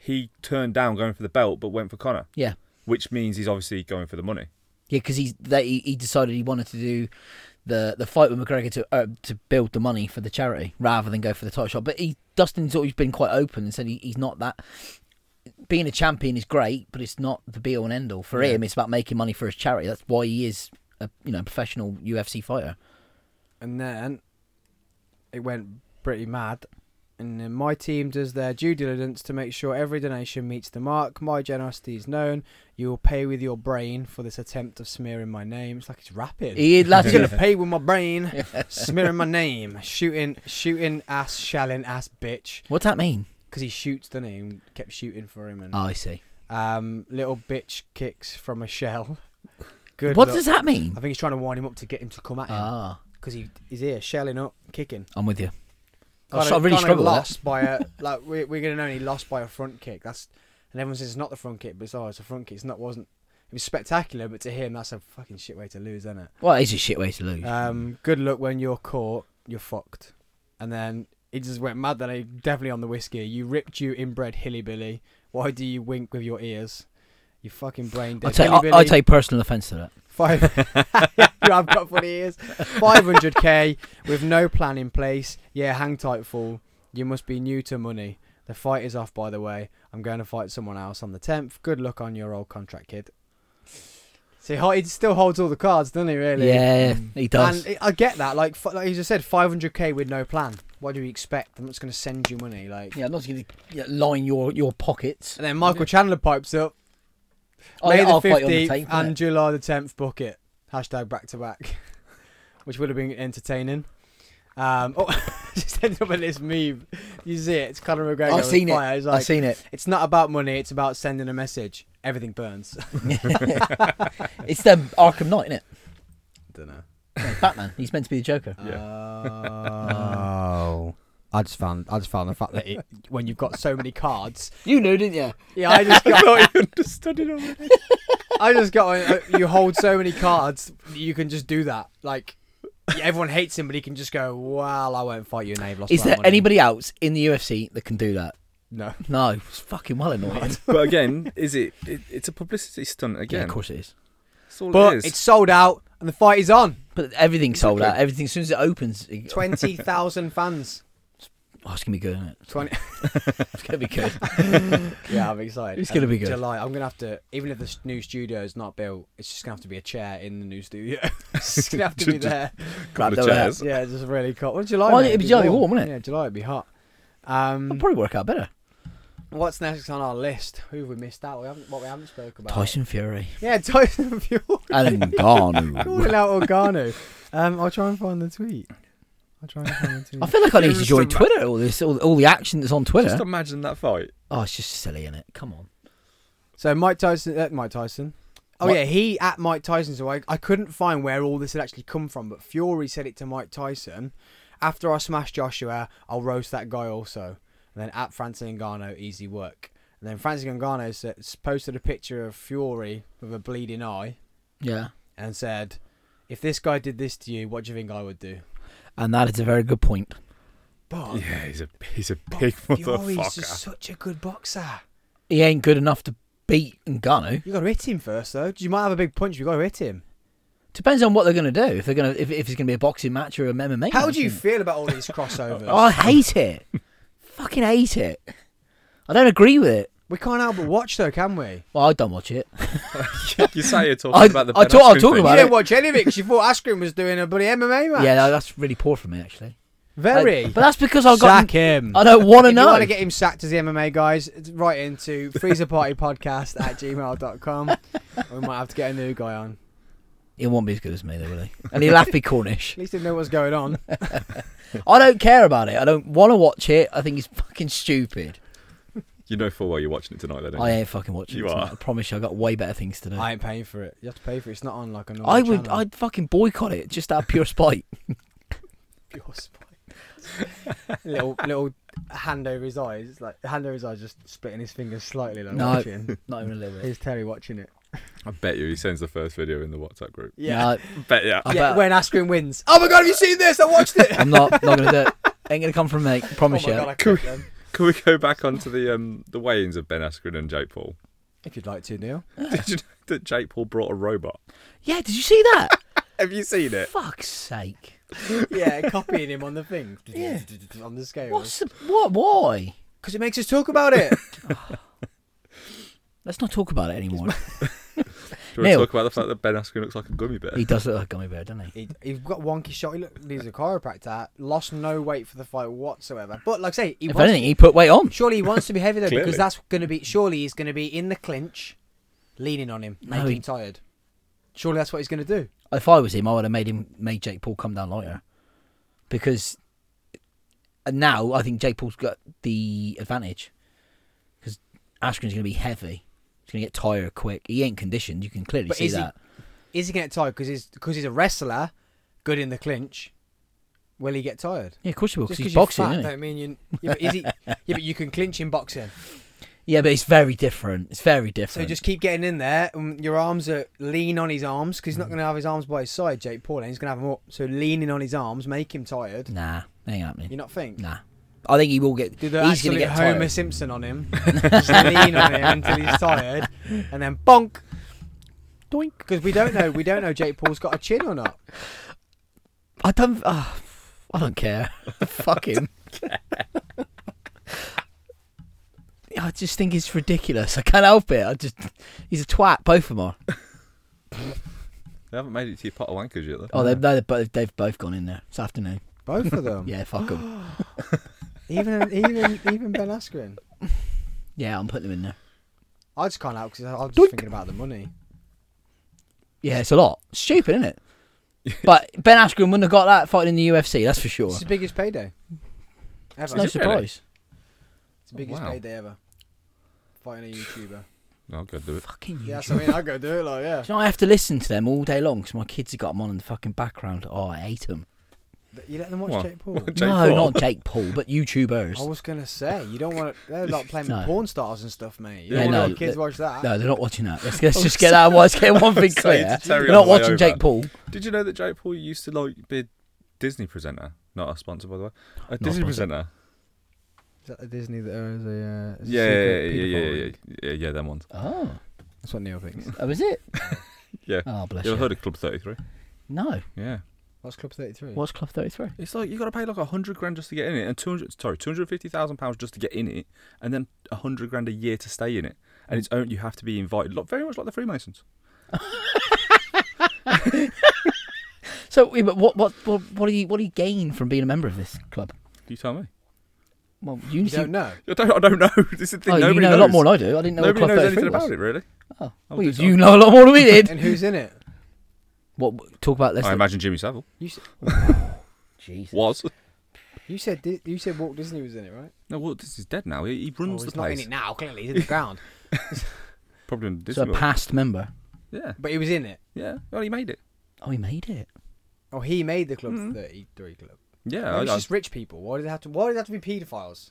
S4: he turned down going for the belt, but went for Connor,
S3: yeah,
S4: which means he's obviously going for the money.
S3: yeah, because he's that he, he decided he wanted to do the the fight with McGregor to uh, to build the money for the charity rather than go for the title shot. But he Dustin's always been quite open and said he, he's not that. Being a champion is great, but it's not the be all and end all for him. It's about making money for his charity. That's why he is a you know professional UFC fighter.
S1: And then it went pretty mad. And then my team does their due diligence to make sure every donation meets the mark. My generosity is known. You will pay with your brain for this attempt of smearing my name. It's like it's rapping.
S3: He is
S1: I'm gonna
S3: Latin.
S1: pay with my brain, smearing my name, shooting, shooting ass, shelling ass, bitch.
S3: What's that mean?
S1: Because he shoots the name, kept shooting for him, and
S3: Oh, I see.
S1: um, little bitch kicks from a shell. Good.
S3: what
S1: luck.
S3: does that mean?
S1: I think he's trying to wind him up to get him to come at him
S3: Ah,
S1: because he, he's here shelling up, kicking.
S3: I'm with you. I,
S1: Kinda-
S3: I really
S1: kinda
S3: struggle with that.
S1: lost by a like we we're gonna know he lost by a front kick. That's and everyone says it's not the front kick, but it's oh it's a front kick. It's not wasn't it was spectacular, but to him that's a fucking shit way to lose, isn't it?
S3: Well, it's a shit way to lose.
S1: Um, good luck when you're caught, you're fucked. And then he just went mad. Then he definitely on the whiskey. You ripped you inbred hillybilly. Why do you wink with your ears? You fucking brain dead.
S3: I take
S1: hillybilly.
S3: I, I take personal offence to that.
S1: Five. yeah, I've got funny ears. Five hundred k with no plan in place. Yeah, hang tight, fool. You must be new to money. The fight is off, by the way. I'm going to fight someone else on the tenth. Good luck on your old contract, kid. See, he he still holds all the cards, doesn't he? Really? Mm.
S3: Yeah, he does.
S1: And it- I get that. Like, f- like you just said, five hundred k with no plan. What do you expect? I'm not just going to send you money. Like,
S3: yeah, I'm not going to line your, your pockets.
S1: and then Michael Chandler pipes up. May
S3: I'll, I'll
S1: the
S3: fight you on the
S1: 15th
S3: tape.
S1: and
S3: And
S1: July the 10th, book it. Hashtag back to back, which would have been entertaining. Um, oh, just ended up with this meme. You see it? It's Conor McGregor.
S3: I've
S1: with
S3: seen it.
S1: fire. It's
S3: I've
S1: like,
S3: seen it.
S1: It's not about money. It's about sending a message. Everything burns.
S3: It's the Arkham Knight, isn't
S1: Don't know.
S3: it? Batman. He's meant to be the Joker.
S4: Yeah.
S1: Oh. I just found I just found the fact that it, when you've got so many cards,
S3: You knew, didn't you?
S1: yeah, I just got
S4: I understood it already.
S1: I just got uh, you hold so many cards, you can just do that. Like yeah, everyone hates him, but he can just go. Well, I won't fight you, and they've lost.
S3: Is
S1: all that
S3: there
S1: money."
S3: anybody else in the UFC that can do that?
S1: No.
S3: No, it's fucking well annoying.
S4: But again, is it, it? It's a publicity stunt
S3: yeah,
S4: again.
S3: of course it is.
S4: That's all
S1: But
S4: it is.
S1: it's sold out, and the fight is on.
S3: But everything's sold out.
S4: Exactly.
S3: Everything, as soon as it opens, it, oh,
S1: Twenty thousand fans.
S3: it's going to be good, isn't it?
S1: Twenty.
S3: It's going to be good.
S1: yeah, I'm excited.
S3: It's gonna
S1: Um,
S3: be good.
S1: July. I'm gonna have to, even if the s- new studio is not built, it's just gonna have to be a chair in the new studio. it's gonna have to be
S4: Just-
S1: there.
S3: Grab
S4: Couple of
S3: those
S4: chairs.
S1: Yeah, it's just really cold. Well, July.
S3: Why
S1: mate,
S3: it'd be jolly warm, wouldn't it?
S1: Yeah, July would be hot.
S3: It'll
S1: Um,
S3: probably work out better.
S1: what's next on our list? Who have we missed out? We haven't, what we haven't spoke about.
S3: Tyson Fury.
S1: Yeah, Tyson Fury.
S3: And Ngannou.
S1: calling out Organo. Um, I'll try and find the tweet. I'll try and find the tweet.
S3: I feel like I need to
S4: Just
S3: join
S4: ima-
S3: Twitter. All this, all, all the action that's on Twitter.
S4: Just imagine that fight.
S3: Oh, it's just silly, is it? Come on.
S1: so Mike Tyson, uh, Mike Tyson. Oh
S3: What?
S1: yeah, he at Mike Tyson. So I, I couldn't find where all this had actually come from, but Fury said it to Mike Tyson. After I smash Joshua, I'll roast that guy also. And then at Francis Ngannou, easy work. And then Francis Ngannou s- posted a picture of Fury with a bleeding eye
S3: Yeah.
S1: and said, "If this guy did this to you, what do you think I would do?"
S3: And that is a very good point.
S1: But
S4: Yeah, he's a he's a big
S1: Fury's just
S4: motherfucker.
S1: such a good boxer.
S3: He ain't good enough to beat Ngannou.
S1: You got to hit him first, though. You might have a big punch. You got to hit him.
S3: Depends on what they're going to do. If they're going to, if, if it's going to be a boxing match or a MMA.
S1: How
S3: match,
S1: do you
S3: isn't it?
S1: feel about all these crossovers?
S3: Oh, I hate it. Fucking hate it. I don't agree with it.
S1: we can't help but watch, though, can we?
S3: Well, I don't watch it.
S4: you say you're talking
S3: I-
S4: about the.
S3: I
S4: Ben
S3: thought I was talking
S4: Askren thing.
S1: You
S3: about it.
S1: didn't watch any of it because you thought Askren was doing a bloody MMA match.
S3: Yeah, no, that's really poor for me actually. Like,
S1: Very.
S3: but that's because I've got.
S5: Sack him.
S3: I don't want to
S1: if you
S3: know.
S1: want to get him sacked as the MMA guys, it's right into freezerpartypodcast at gmail.com. we might have to get a new guy on.
S3: He won't be as good as me, though, will he? And he'll have to be Cornish.
S1: At least they know what's going on.
S3: I don't care about it. I don't want to watch it. I think it's fucking stupid.
S4: You know full well you're watching it tonight, then. don't
S3: I
S4: you?
S3: ain't fucking watching
S4: You
S3: it. tonight.
S4: are.
S3: I promise you, I got way better things to do. I,
S1: I ain't paying for it. You have to pay for it. It's not on like a normal
S3: would.
S1: channel.
S3: I'd fucking boycott it just out of pure spite.
S1: Pure spite. little little hand over his eyes. It's like hand over his eyes, just splitting his fingers slightly. Like
S3: No.
S1: watching.
S3: Not even a little bit.
S1: Here's Terry watching it.
S4: I bet you he sends the first video in the WhatsApp group.
S1: Yeah.
S3: No,
S4: Bet yeah.
S3: I
S1: yeah,
S3: bet
S1: when Askren wins. Oh my god, have you seen this? I watched it.
S3: I'm not. Not gonna do it. Ain't gonna come from me. Promise
S1: oh my
S3: you.
S1: god, I clicked them.
S4: Can we go back onto the um the weigh-ins of Ben Askren and Jake Paul?
S1: If you'd like to, Neil.
S4: Did you know that Jake Paul brought a robot?
S3: Yeah. Did you see that?
S4: Have you seen it?
S3: Fuck's sake.
S1: Yeah, copying him on the thing. on the scale.
S3: What's the, what? Why?
S1: Because it makes us talk about it.
S3: Let's not talk about it anymore.
S4: Do you want
S3: Neil.
S4: to talk about the fact that Ben Askren looks like a gummy bear?
S3: he does look like a gummy bear, doesn't he?
S1: he, he's got wonky shot. He look, he's a chiropractor. Lost no weight for the fight whatsoever. But like I say, he
S3: If
S1: wants,
S3: anything, he put weight on.
S1: surely he wants to be heavy though because
S4: Clearly.
S1: that's going to be surely he's going to be in the clinch, leaning on him,
S3: No,
S1: making
S3: he-
S1: him tired. Surely that's what he's going to do.
S3: If I was him, I would have made him made Jake Paul come down lighter, because and now I think Jake Paul's got the advantage because Askren's going to be heavy. He's going to get tired quick. He ain't conditioned. You can clearly
S1: But
S3: see
S1: is he-
S3: that.
S1: Is he going to get tired because he's because he's a wrestler, good in the clinch? Will he get tired?
S3: Yeah, of course he will.
S1: Just
S3: Because he's
S1: 'cause you're
S3: boxing,
S1: fat
S3: isn't
S1: don't mean you. Yeah, but, is he, yeah, but you can clinch in boxing.
S3: he? Yeah, but it's very different. It's very
S1: So
S3: different.
S1: just keep getting in there. And your arms are lean on his arms because he's
S3: Mm.
S1: not going to have his arms by his side, Jake Paul. And he's going to have him up. So leaning on his arms, make him tired.
S3: nah, ain't happening.
S1: You not think?
S3: Nah, I think he will get.
S1: Do the
S3: he's
S1: absolute
S3: going to get
S1: Homer
S3: tired.
S1: Simpson on him. Just lean on him until he's tired, and then bonk, doink. Because we don't know. We don't know Jake Paul's got a chin or not.
S3: I don't. ah, I don't care. Fuck him. I just think it's ridiculous. I can't help it. I just he's a twat. Both of them are.
S4: They haven't made it to your pot of wankers yet, though.
S3: Oh, they've no, they've both they've both gone in there this afternoon.
S1: Both of them.
S3: Yeah, fuck them.
S1: Even even even Ben Askren.
S3: Yeah, I'm putting them in there.
S1: I just can't help because I was just
S3: Doink.
S1: thinking about the money.
S3: Yeah, it's a lot. Stupid, isn't it? but Ben Askren wouldn't have got that fighting in the UFC. That's for sure.
S1: It's the biggest payday ever.
S3: It's no
S1: It's
S4: Is it really?
S3: surprise.
S1: the biggest
S4: Wow.
S1: payday ever. Fighting a YouTuber.
S4: I'll go Oh, do it.
S3: Fucking
S1: Yeah,
S3: YouTube.
S1: so I mean, I go do it like yeah.
S3: Do you know, I have to listen to them all day long because my kids have got them on in the fucking background. Oh, I hate them.
S1: You let them watch
S4: What?
S1: Jake Paul.
S4: Jake
S3: no,
S4: Paul. Oh,
S3: not Jake Paul, but YouTubers.
S1: I was gonna say you don't want to. They're like playing
S3: No.
S1: with porn stars and stuff, mate. You
S3: Yeah,
S1: don't want
S3: no,
S1: your kids
S3: the-
S1: watch that.
S3: No, they're not watching that. Let's, let's just get that. Let's get one thing
S4: saying
S3: clear.
S4: to
S3: We're
S4: Terry on
S3: not
S4: the way
S3: watching
S4: over.
S3: Jake Paul.
S4: Did you know that Jake Paul used to like be a Disney presenter? Not a sponsor, by the way. A Disney
S3: sponsor.
S4: presenter.
S1: Is that the Disney that there is a, uh, is a
S4: Yeah, yeah,
S1: secret
S4: yeah,
S1: paedophile
S4: yeah, yeah,
S1: ring?
S4: yeah, yeah, yeah, them ones.
S3: Oh,
S1: That's what Neil thinks.
S3: that was Oh, it.
S4: Yeah.
S3: Oh, bless
S4: you
S3: you.
S4: ever heard of Club Thirty Three?
S3: No,
S4: Yeah.
S1: What's Club Thirty Three?
S3: what's Club Thirty Three?
S4: It's like you got to pay like a hundred grand just to get in it, and two hundred sorry, two hundred fifty thousand pounds just to get in it, and then a hundred grand a year to stay in it, and it's only you have to be invited. Look, very much like the Freemasons.
S3: So, yeah, but what, what, what, what do you, what do you gain from being a member of this club?
S4: You tell me.
S3: Well,
S1: You
S3: Unity.
S1: don't know.
S4: I don't. I don't know. This is the thing.
S3: oh, you
S4: Nobody
S3: know
S4: knows.
S3: a lot more than I do. I didn't know
S4: Nobody
S3: what Club
S4: knows
S3: 33
S4: anything
S3: was.
S4: about it really.
S3: Oh.
S4: I
S3: Well,
S4: would
S3: you,
S4: do
S3: you know a lot more than we did.
S1: And who's in it?
S3: What? Talk about this.
S4: I imagine Jimmy Savile
S1: You, s-
S3: Jesus.
S4: was.
S1: you said Di- you said Walt Disney was in it, right?
S4: No, well, this is dead now. He, he
S1: Oh,
S4: runs the
S1: he's not in
S4: place.
S1: it now. Clearly, he's in the ground.
S4: Probably in Disney.
S3: So a
S4: World.
S3: past member.
S4: yeah,
S1: But he was in it.
S4: yeah. Well, he made it.
S3: Oh, he made it.
S1: Oh, he made the Club Thirty Three club.
S4: Yeah,
S1: Maybe
S4: I,
S1: it's
S4: I-
S1: just rich people. Why did it have to? Why did it have to be paedophiles?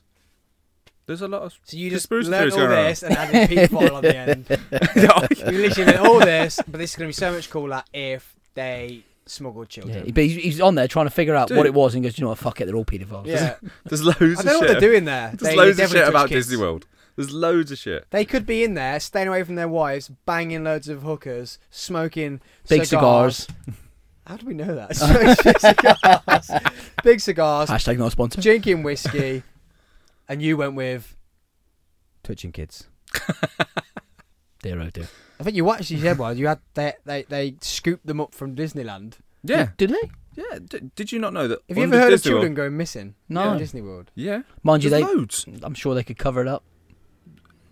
S4: there's a lot of
S1: So you just
S4: Conspiracy
S1: learn
S4: theories
S1: all
S4: going around.
S1: this and add a paedophile on the end. You literally learn all this, but this is gonna be so much cooler if they smuggled
S3: Yeah,
S1: children.
S3: but he's, he's on there trying to figure out what
S4: Dude.
S3: it was, and goes, "Do you know what? Fuck it, they're all paedophiles.
S1: Yeah,
S4: There's loads
S1: I
S4: of
S1: don't know what
S4: shit.
S1: they're doing there.
S4: There's
S1: They
S4: loads of
S1: definitely
S4: shit
S1: touch
S4: about
S1: kids.
S4: Disney World. There's loads of shit.
S1: They could be in there, staying away from their wives, banging loads of hookers, smoking
S3: Big cigars.
S1: How do we know that? Smoking cigars, big cigars,
S3: Hashtag not a sponsor.
S1: drinking whiskey, and you went with twitching kids.
S3: Dear, oh dear.
S1: I think you actually said one. You had they they they scooped them up from Disneyland
S4: Yeah,
S3: Did they?
S4: yeah. D- did you not know that?
S1: Have you ever
S4: under
S1: heard
S4: Disney
S1: of
S4: World-
S1: children going missing?
S3: No.
S1: At Disney World.
S4: Yeah,
S3: Mind you,
S4: there's
S3: they.
S4: loads.
S3: I'm sure they could cover it up.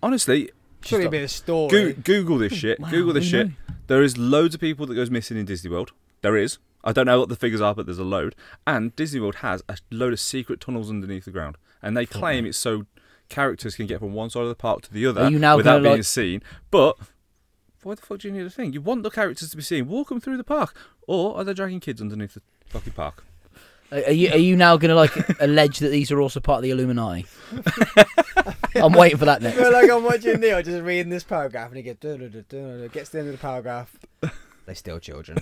S4: Honestly,
S1: Surely a
S3: Just
S1: bit of story.
S4: Goo Google this shit.
S3: Wow,
S4: Google this
S3: we
S4: shit.
S3: know.
S4: There is loads of people that goes missing in Disney World. There is. I don't know what the figures are, but there's a load. And Disney World has a load of secret tunnels underneath the ground, and they claim it's so characters can get from one side of the park to the other
S3: Are you now
S4: without
S3: gonna,
S4: being
S3: like-
S4: seen. But why the fuck do you need a thing? You want the characters to be seen. Walk them through the park, or are they dragging kids underneath the fucking park?
S3: Are are you are you now going to like allege that these are also part of the Illuminati? I'm waiting for that
S1: I
S3: next.
S1: feel like I'm watching Neil just reading this paragraph and he gets, "Duh-duh-duh-duh-duh," gets to the end of the paragraph. They're still children.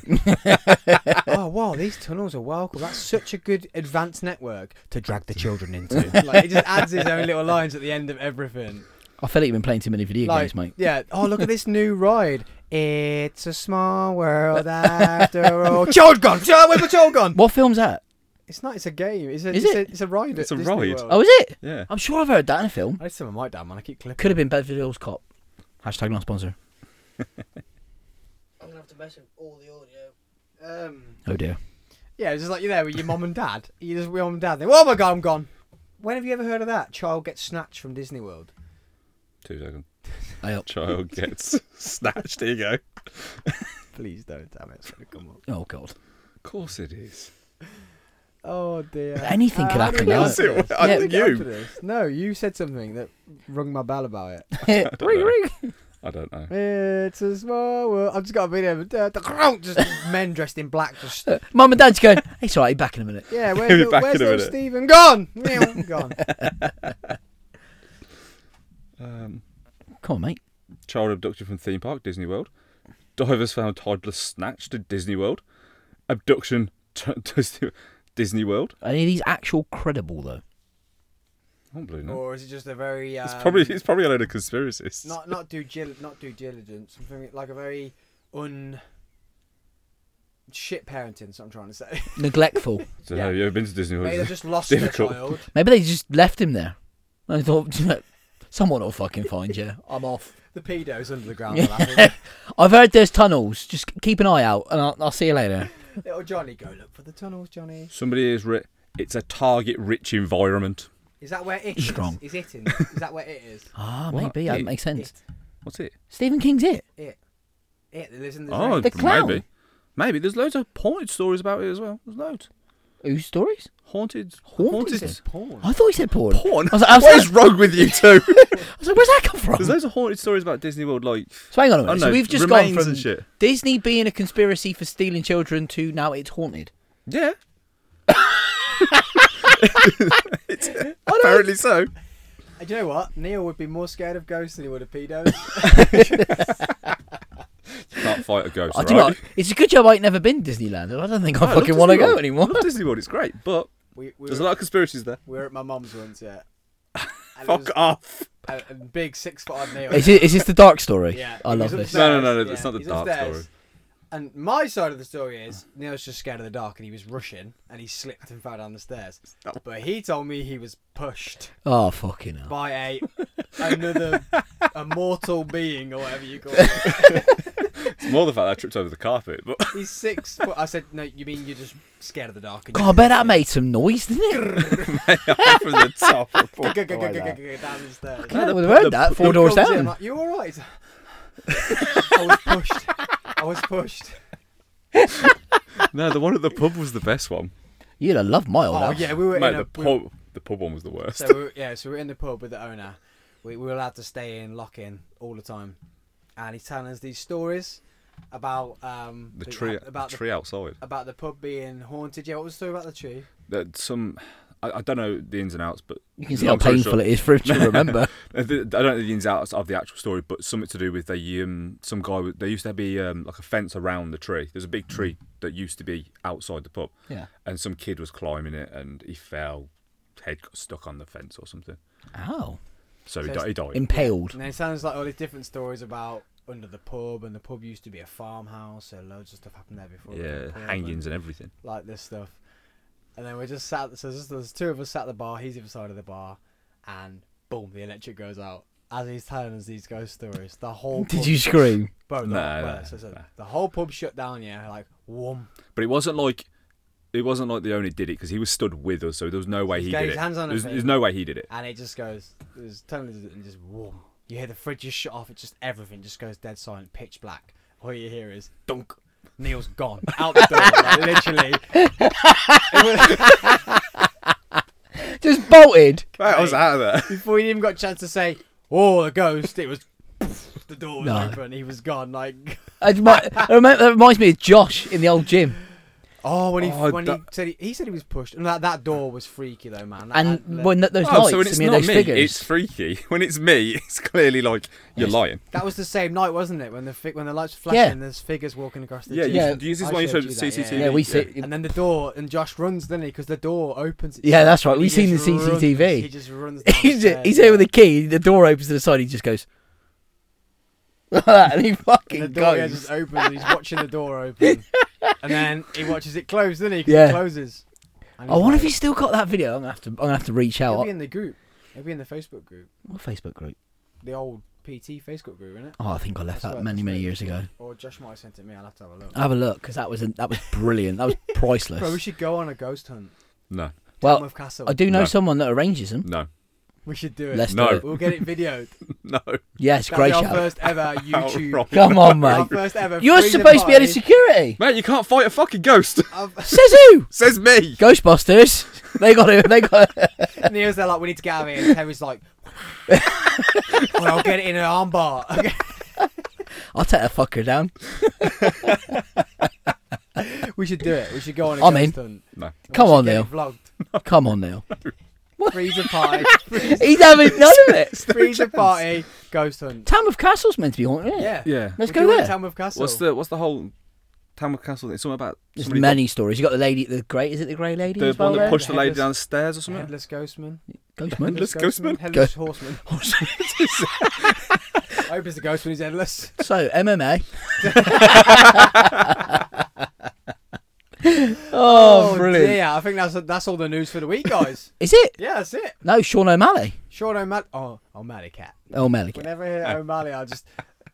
S1: oh, wow, these tunnels are welcome. That's such a good advanced network to drag the children into. like, he just adds his own little lines at the end of everything.
S3: I feel like you've been playing too many video
S1: Like,
S3: games, mate.
S1: yeah, oh, look at this new ride. It's a small world after all. Child gone! Child, where's my child gone?
S3: What film's that?
S1: It's not, it's a game. It's a,
S3: Is
S1: it's
S3: it?
S1: A, it's a ride.
S4: It's
S1: at
S4: a
S1: Disney
S4: ride.
S1: World.
S3: Oh, is it?
S4: Yeah.
S3: I'm sure I've heard that in a film.
S1: I just said my mic down, man. I keep clipping.
S3: Could have been Bedford Hills Cop. Hashtag not sponsor.
S1: I'm going to have to mess with all the audio. Um.
S3: Oh dear.
S1: Yeah, it's just like you're there with your mum and dad. You just with your mum and dad. They, oh my god, I'm gone. When have you ever heard of that? Child gets snatched from Disney World.
S4: Two seconds.
S3: I hope-
S4: Child gets snatched. There you go. Of
S1: Please don't, damn it. It's gonna come up.
S3: Oh god.
S4: course it is.
S1: Oh dear.
S3: Anything could
S1: how do
S3: happen,
S1: we get
S3: can't
S1: onto
S4: it?
S1: this?
S4: I
S1: How do
S4: think
S1: we get
S4: you.
S1: onto this? No, you said something that rung my bell about it.
S3: ring,
S4: know.
S3: ring.
S4: I don't know.
S1: It's a small world. I've just got a video of dad. Just men dressed in black. Just
S3: Mum and Dad's going. Hey, it's alright. Back in a minute.
S1: yeah. Where's
S4: He'll be
S1: little-
S4: back
S1: where's
S4: in a
S1: little
S4: minute.
S1: Stephen? Gone. Meow, Gone.
S4: Um,
S3: Come on, mate.
S4: child abducted from theme park, Disney World. Divers found toddler snatched at Disney World. Abduction, t- Disney- Disney World.
S3: Are Any of these actual credible though?
S4: I don't believe it.
S1: Or is it just a very? Um,
S4: It's probably it's probably a load of conspiracists.
S1: not not due gil- not due diligence, something like a very un shit parenting. Is what I'm trying to say.
S3: Neglectful.
S4: so
S1: yeah.
S4: Have you ever been to Disney
S1: Maybe they've
S4: World?
S1: just lost their
S4: Difficult.
S1: child.
S3: Maybe they just left him there. I thought, you know, someone will fucking find you. I'm off.
S1: The pedos under the ground. are laughing.
S3: I've heard there's tunnels. Just keep an eye out, and I'll, I'll see you later.
S1: Little Johnny, go look for the tunnels, Johnny.
S4: Somebody is ri- It's a target-rich environment.
S1: Is that where it is?
S3: Strong.
S1: Is it in? Is that where it is?
S3: Ah,
S4: What?
S3: maybe that
S4: It-
S3: makes sense.
S1: It,
S4: What's it?
S3: Stephen King's it.
S1: it, it that lives in the.
S4: Oh,
S1: drain.
S3: The clown.
S4: maybe. Maybe there's loads of haunted stories about it as well. There's loads.
S3: Whose stories?
S4: Haunted.
S3: Haunted?
S1: It's porn.
S3: I thought he said porn.
S4: Porn.
S3: I was like, I was
S4: what
S3: like-
S4: is wrong with you two?
S3: I was like, where's that come from?
S4: there's loads of haunted stories about Disney World. Like,
S3: so hang on a
S4: I
S3: minute.
S4: don't know,
S3: so we've just gone
S4: Oh, remains
S3: from
S4: and shit.
S3: Disney being a conspiracy for stealing children to now it's haunted.
S4: Yeah. It's- apparently so.
S1: And you know what? Neil would be more scared of ghosts than he would of pedos.
S4: Can't fight a ghost,
S3: I do not. It's a good job I ain't never been to Disneyland. I don't think I
S4: I love
S3: fucking want to
S4: Oh, Disney
S3: go
S4: World.
S3: anymore.
S4: I love Disney World. It's great, but
S1: we, we,
S4: there's a
S1: were,
S4: lot of conspiracies there.
S1: we were at my mum's once, yeah. And it
S4: Fuck
S1: was
S4: off.
S1: a, a big six foot odd Neil.
S3: Is, it, is this the dark story?
S1: Yeah,
S3: I
S1: he
S3: love
S1: was
S3: this.
S4: No, no, no,
S1: upstairs,
S4: no, it's not the
S1: he's
S4: dark
S1: upstairs.
S4: story.
S1: And my side of the story is Neil's just scared of the dark, and he was rushing, and he slipped and fell down the stairs. But he told me he was pushed
S3: Oh, fucking hell.
S1: by a another a mortal being or whatever you call it.
S4: It's more the fact that I tripped over the carpet, but
S1: He's six foot. I said, no, you mean you're just scared of the dark? And
S3: God, I bet that made some noise, didn't it?
S4: from the top. I
S1: you
S4: thought,
S1: go, go, go,
S4: like
S1: go, go,
S4: that.
S1: go, go down the stairs.
S3: Oh, I would have heard that four doors
S1: Comes in, I'm
S3: down.
S1: like, you all right? I was pushed. I was pushed.
S4: No, the one at the pub was the best one.
S3: You'd have loved my old
S1: Oh
S3: house.
S1: yeah, we were in
S4: Mate,
S1: a
S4: the
S1: we-
S4: pub, the pub one was the worst.
S1: So we were, yeah, so we we're in the pub with the owner. We, we were allowed to stay in, lock in all the time, and he's telling us these stories about um
S4: the tree,
S1: about
S4: the tree outside.
S1: about the pub being haunted. Yeah, what was the story about the tree?
S4: That some, I, I don't know the ins and outs, but
S3: You can see how
S4: long story
S3: painful
S4: short-
S3: it is for him to remember.
S4: I don't know Uh, the ins and outs of the actual story, but something to do with they um some guy with- there used to be um like a fence around the tree. There's a big tree that used to be outside the pub.
S3: Yeah.
S4: And some kid was climbing it and he fell, head got stuck on the fence or something.
S3: Ow.
S4: So,
S1: So
S4: he, di- he died.
S3: Impaled.
S1: And then it sounds like all these different stories about under the pub, and the pub used to be a farmhouse, so loads of stuff happened there before. it was a
S4: yeah,
S1: pub, and
S4: hangings and everything.
S1: like this stuff. And then we're just sat. So there's, there's two of us sat at the bar. He's the other side of the bar, and boom, the electric goes out. As he's telling us these ghost stories, the whole
S3: Did
S1: pub
S3: you scream?
S1: Bro, the,
S4: No,
S1: bro,
S4: no,
S1: so- so
S4: no.
S1: the whole pub shut down. Yeah, like Wum.
S4: But it wasn't like it wasn't like the owner did it because he was stood with us, so there was no way he
S1: got
S4: did
S1: his
S4: it.
S1: hands on the
S4: there's,
S1: thing.
S4: there's no way he did it.
S1: And it just goes, there's totally and just wum. You hear the fridge just shut off. It just everything just goes dead silent, pitch black. All you hear is dunk. Neil's gone out the door, like, literally.
S3: Just bolted.
S4: I was out of there.
S1: Before he even got a chance to say, "Oh, a ghost," it was the door was
S3: No.
S1: open. He was gone. Like,
S3: I remi- I remember- That reminds me of Josh in the old gym.
S1: oh, when he
S4: Oh,
S1: when he
S4: that-
S1: said he, he said he was pushed, and that, that door was freaky though, man. That-
S3: And
S1: that,
S3: when th- those
S4: Oh,
S3: nights,
S4: so when
S3: I
S4: it's
S3: mean,
S4: not
S3: those
S4: me,
S3: figures.
S4: it's freaky. When it's me, it's clearly like you're lying.
S1: that was the same night, wasn't it? When the fi- when the lights were flashing,
S3: Yeah.
S1: and there's figures walking across the
S4: Yeah,
S1: gym.
S4: you
S3: Yeah.
S4: should use this
S1: I
S4: one. You
S1: showed
S4: showed
S1: you that, yeah.
S4: CCTV.
S3: yeah, we sit.
S1: And then the door, and Josh runs, doesn't he? Because the door opens.
S3: Yeah,
S1: itself,
S3: that's right.
S1: and
S3: We've
S1: he
S3: seen
S1: just
S3: the CCTV.
S1: runs- he just runs.
S3: he's,
S1: downstairs.
S3: he's there with a key. The door opens to the side. He just goes like that, and he
S1: And
S3: fucking
S1: the door yeah,
S3: goes.
S1: just opens. and He's watching the door open, and then he watches it close, doesn't he? 'Cause
S3: Yeah.
S1: it closes. And
S3: I wonder if
S1: like-
S3: he's still got that video. I'm gonna have to. I'm gonna have to reach
S1: He'll
S3: out.
S1: be in the group. He'll be in the Facebook group,
S3: What Facebook group?
S1: the old PT Facebook group, isn't it?
S3: Oh, I think I left
S1: That's
S3: that
S1: right,
S3: many
S1: that's
S3: many
S1: right.
S3: years ago. Oh,
S1: Or Josh might have sent it me. I'll have to have a look.
S3: Have a look because that was a, that was brilliant. That was
S1: Bro, we
S3: priceless.
S1: should go on a ghost hunt.
S4: No,
S3: Well,
S1: Tamworth Castle.
S3: I do know
S4: No.
S3: someone that arranges them.
S4: no,
S1: We should do it.
S3: Let's
S4: No.
S3: do it.
S1: We'll get it videoed.
S4: no.
S3: Yes,
S1: That'll
S3: great
S1: be our
S3: shout.
S1: first ever YouTube.
S4: Right.
S3: Come on,
S1: Our
S3: mate.
S1: first ever.
S3: You're
S1: freezer
S3: supposed to be head of
S1: party
S3: security.
S4: Mate, you can't fight a fucking ghost.
S1: of-
S3: Says who?
S4: Says me.
S3: Ghostbusters. They got it. They got it.
S1: Neil's there like, we need to get out of here. And Terry's like, well, I'll get it in an armbar. Okay.
S3: I'll take that fucker down.
S1: we should do it. We should go on a
S3: I'm
S1: ghost hunt.
S4: No.
S1: We
S3: Come
S1: should
S3: on,
S1: get
S3: Neil.
S1: it Vlogged.
S3: Come on now.
S1: Freezer party. freezer,
S3: He's having none of it.
S1: freezer party. Ghost hunt.
S3: Tamworth Castle's meant to be haunted. isn't it?
S1: Yeah.
S4: Yeah.
S3: Let's
S1: We
S3: go
S1: do it in
S3: there.
S1: Tamworth Castle.
S4: What's the what's the whole Tamworth Castle thing? Something about
S3: There's
S4: somebody
S3: many stories. You got the lady, the great. Is it the grey lady?
S4: got-
S3: as
S4: the one
S3: well
S4: that
S3: there?
S4: pushed the lady
S1: Headless-
S4: down the stairs or something.
S1: Headless ghostman.
S3: Ghostman.
S4: Headless ghostman?
S1: Headless horseman. I hope it's a ghost when he's headless.
S3: So MMA. oh, brilliant!
S1: Yeah, I think that's that's all the news for the week, guys.
S3: Is it?
S1: yeah, that's it.
S3: No, Sean O'Malley.
S1: Sean O'Malley. Oh, O'Malley cat.
S3: Oh, O'Malley.
S1: Whenever I hear O'Malley, I just.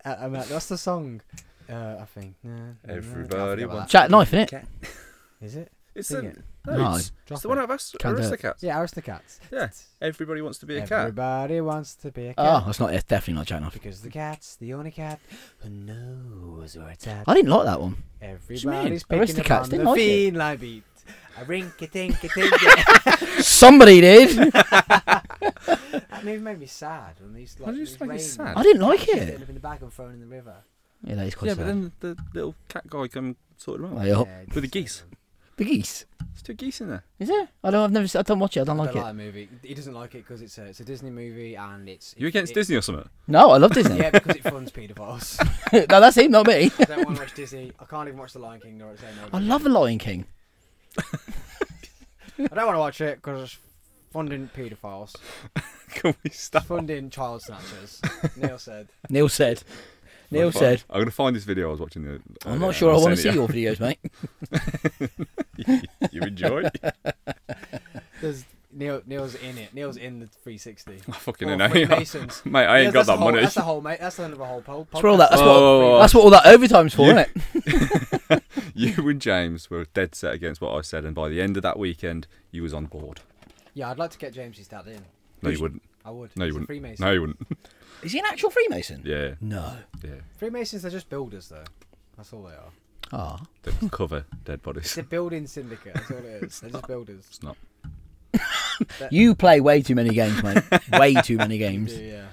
S1: Uh, O'Malley. That's the song, uh, I think. Nah,
S4: Everybody
S1: I forget about
S4: wants-
S3: Jack Knife, innit?
S1: that. Is it?
S4: It's
S1: Sing
S4: a,
S1: it.
S4: no,
S3: No,
S4: it's,
S1: drop
S4: it's the one
S1: it.
S4: out of Ast-
S3: Can't do it.
S4: Aristocats.
S1: Yeah, Aristocats.
S4: Yeah. Everybody wants to be a cat.
S1: Everybody wants to be a
S3: Oh,
S1: cat.
S3: that's not. It's definitely not Jack Knife.
S1: Because the cat's the only cat who knows where it's at.
S3: I didn't like that one.
S1: Everybody's
S3: mean?
S1: picking up
S3: Aristocats
S1: on
S3: didn't
S1: the
S3: like it.
S1: fiend line beat. A rinky tinky tinky.
S3: Somebody did.
S1: that movie made me sad. When these, like,
S4: Why do you
S1: these
S4: just make it
S1: rain-
S4: sad?
S3: I didn't like
S1: They
S3: it.
S1: end up in the bag and thrown in the river.
S3: Yeah, that is quite
S4: Yeah,
S3: sad.
S4: but then the little cat guy come sort him out.
S3: Way up.
S1: Yeah,
S4: With the
S1: it's-
S4: geese.
S3: The geese.
S4: There's two geese in there.
S3: Is it? I don't. I've never. se- I don't watch it. I don't
S1: I
S3: like
S1: don't
S3: it.
S1: like the movie. He doesn't like it because it's a, it's a Disney movie and it's.
S4: You against
S1: it,
S4: Disney or something?
S3: No, I love Disney.
S1: Yeah, because it funds paedophiles.
S3: no, that's him, not me.
S1: I don't want to watch Disney. I can't even watch The Lion King nor its own
S3: I
S1: movie.
S3: love The Lion King.
S1: I don't want to watch it because it's funding paedophiles,
S4: Can we
S1: It's
S4: stop?
S1: funding child snatchers. Neil said.
S3: Neil said. Neil
S4: I'm fi-
S3: said.
S4: I'm gonna find this video I was watching. The,
S3: I'm
S4: earlier.
S3: not sure I
S4: I'll
S3: want to see
S4: send it
S3: your videos, mate.
S4: you enjoy?
S1: There's Neil. Neil's in it. Neil's in the 360.
S4: I fucking
S1: Or
S4: know.
S1: Freemasons.
S4: Mate, I ain't
S1: Yes, Oh, that's a
S4: got that
S1: whole,
S4: money.
S1: That's the whole, mate. That's the end of a whole po- podcast.
S3: That's where all that. That's what.
S4: Whoa, whoa, whoa.
S3: That's what all that overtime's for,
S4: You-
S3: isn't it?
S4: You and James were dead set against what I said, and by the end of that weekend, you was on board.
S1: Yeah, I'd like to get James's dad in.
S4: No, you wouldn't.
S1: I would.
S4: No, you
S1: He's a
S4: wouldn't.
S1: Freemason.
S4: No, you wouldn't.
S3: Is he an actual Freemason?
S4: Yeah,
S3: No.
S4: yeah.
S1: Freemasons are just builders, though. That's all they are.
S3: Ah.
S4: They cover dead bodies.
S1: It's a building syndicate. That's all it is. They're just builders.
S4: It's not.
S3: You play way too many games, mate. way too many
S1: Yeah,
S3: games.
S1: yeah.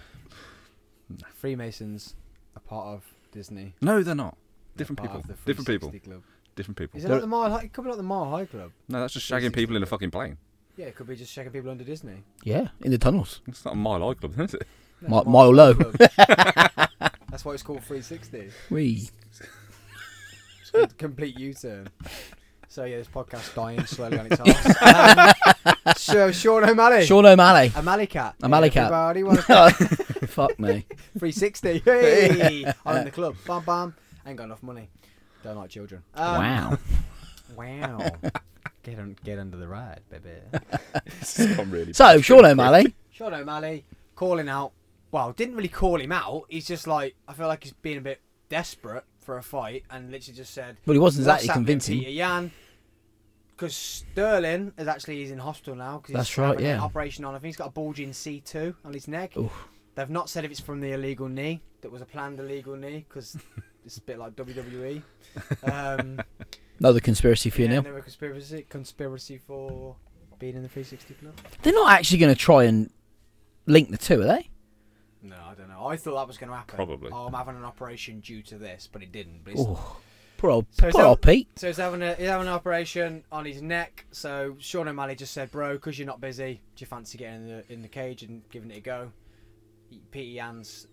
S1: Freemasons are part of Disney.
S4: No, they're not. Different
S1: part
S4: people.
S1: of the
S4: Different people.
S1: 360 Club.
S4: Different people.
S1: Is it like the Mile High? It could be like the Mile High Club.
S4: No, that's just shagging people in a fucking plane.
S1: Yeah, it could be just checking people under Disney.
S3: Yeah, in the tunnels.
S4: It's not a mile high club, is it?
S1: No, Uh,
S3: Mi-
S1: Mile
S3: mile
S1: High
S3: low.
S1: Club. That's why it's called 360.
S3: We.
S1: It's called the complete U-turn. So yeah, this podcast dying slowly on its ass. Um, so Sean O'Malley.
S3: Sean O'Malley.
S1: O'Malley cat.
S3: O'Malley cat.
S1: Everybody wants
S3: Fuck me.
S1: 360. Hey, I'm in the club. Bam, bam. Ain't got enough money. Don't like children. Um,
S3: wow.
S1: Wow. get on, get under the ride, baby.
S4: This has gone really
S3: So Sean um, O'Malley.
S1: Sean O'Malley calling out. Well, didn't really call him out. He's just like I feel like he's being a bit desperate for a fight and literally just said,
S3: Well, he wasn't exactly
S1: "What's happening,
S3: convincing.
S1: Peter Yan, because Sterling is actually he's in hospital now because
S3: That's
S1: he's
S3: right,
S1: having an
S3: yeah.
S1: operation on. I think he's got a bulging C two on his neck.
S3: Oof.
S1: They've not said if it's from the illegal knee. That was a planned illegal knee because it's a bit like WWE. Um,
S3: Another conspiracy
S1: yeah,
S3: theory now.
S1: and there were conspiracy conspiracy for being in the 360 club.
S3: They're not actually going to try and link the two, are they?
S1: No, I don't know. I thought that was going to happen.
S4: Probably.
S1: Oh, I'm having an operation due to this, but it didn't. But it's
S3: Oh, poor old,
S1: So is
S3: poor
S1: that-
S3: old Pete.
S1: So he's having a he's having an operation on his neck. So Sean O'Malley just said, "Bro, because you're not busy, do you fancy getting in the in the cage and giving it a go?" Pete Yan's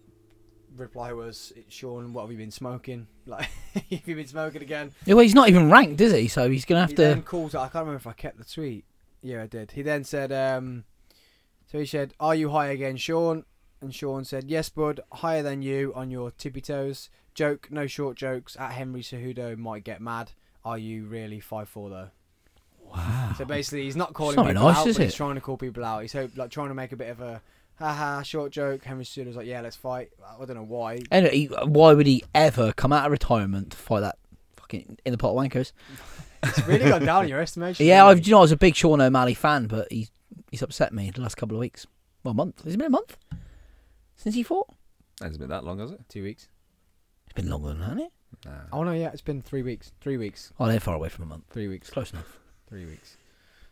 S1: reply was, "Sean, what have you been smoking? Like, have you been smoking again?"
S3: Yeah, Well, he's not even ranked, is he? So he's going to
S1: He
S3: have
S1: then
S3: to.
S1: called. I can't remember if I kept the tweet. Yeah, I did. He then said, um, "So he said, are you high again, Sean?" And Sean said, "Yes, bud. Higher than you on your tippy toes. Joke, no short jokes. At Henry Cejudo might get mad. Are you really five four though?"
S3: Wow.
S1: So basically, he's not calling
S3: not
S1: people
S3: nice,
S1: out,
S3: is
S1: but he's
S3: it?
S1: trying to call people out. He's hope, like trying to make a bit of a haha short joke. Henry Cejudo's like, "Yeah, let's fight." I don't know why.
S3: Anyway, he- why would he ever come out of retirement to fight that fucking in the pot of wankers?
S1: It's really gone down in your estimation.
S3: Yeah,
S1: hasn't
S3: I've,
S1: it?
S3: you know, I was a big Sean O'Malley fan, but he's he's upset me the last couple of weeks. Well, a month. Has it been a month since he fought?
S4: hasn't been that long, has it?
S1: two weeks.
S3: It's been longer than that, hasn't it?
S4: Nah.
S1: Oh no, yeah, it's been three weeks. Three weeks.
S3: Oh, they're far away from a month.
S1: Three weeks.
S3: It's close enough.
S1: Three weeks.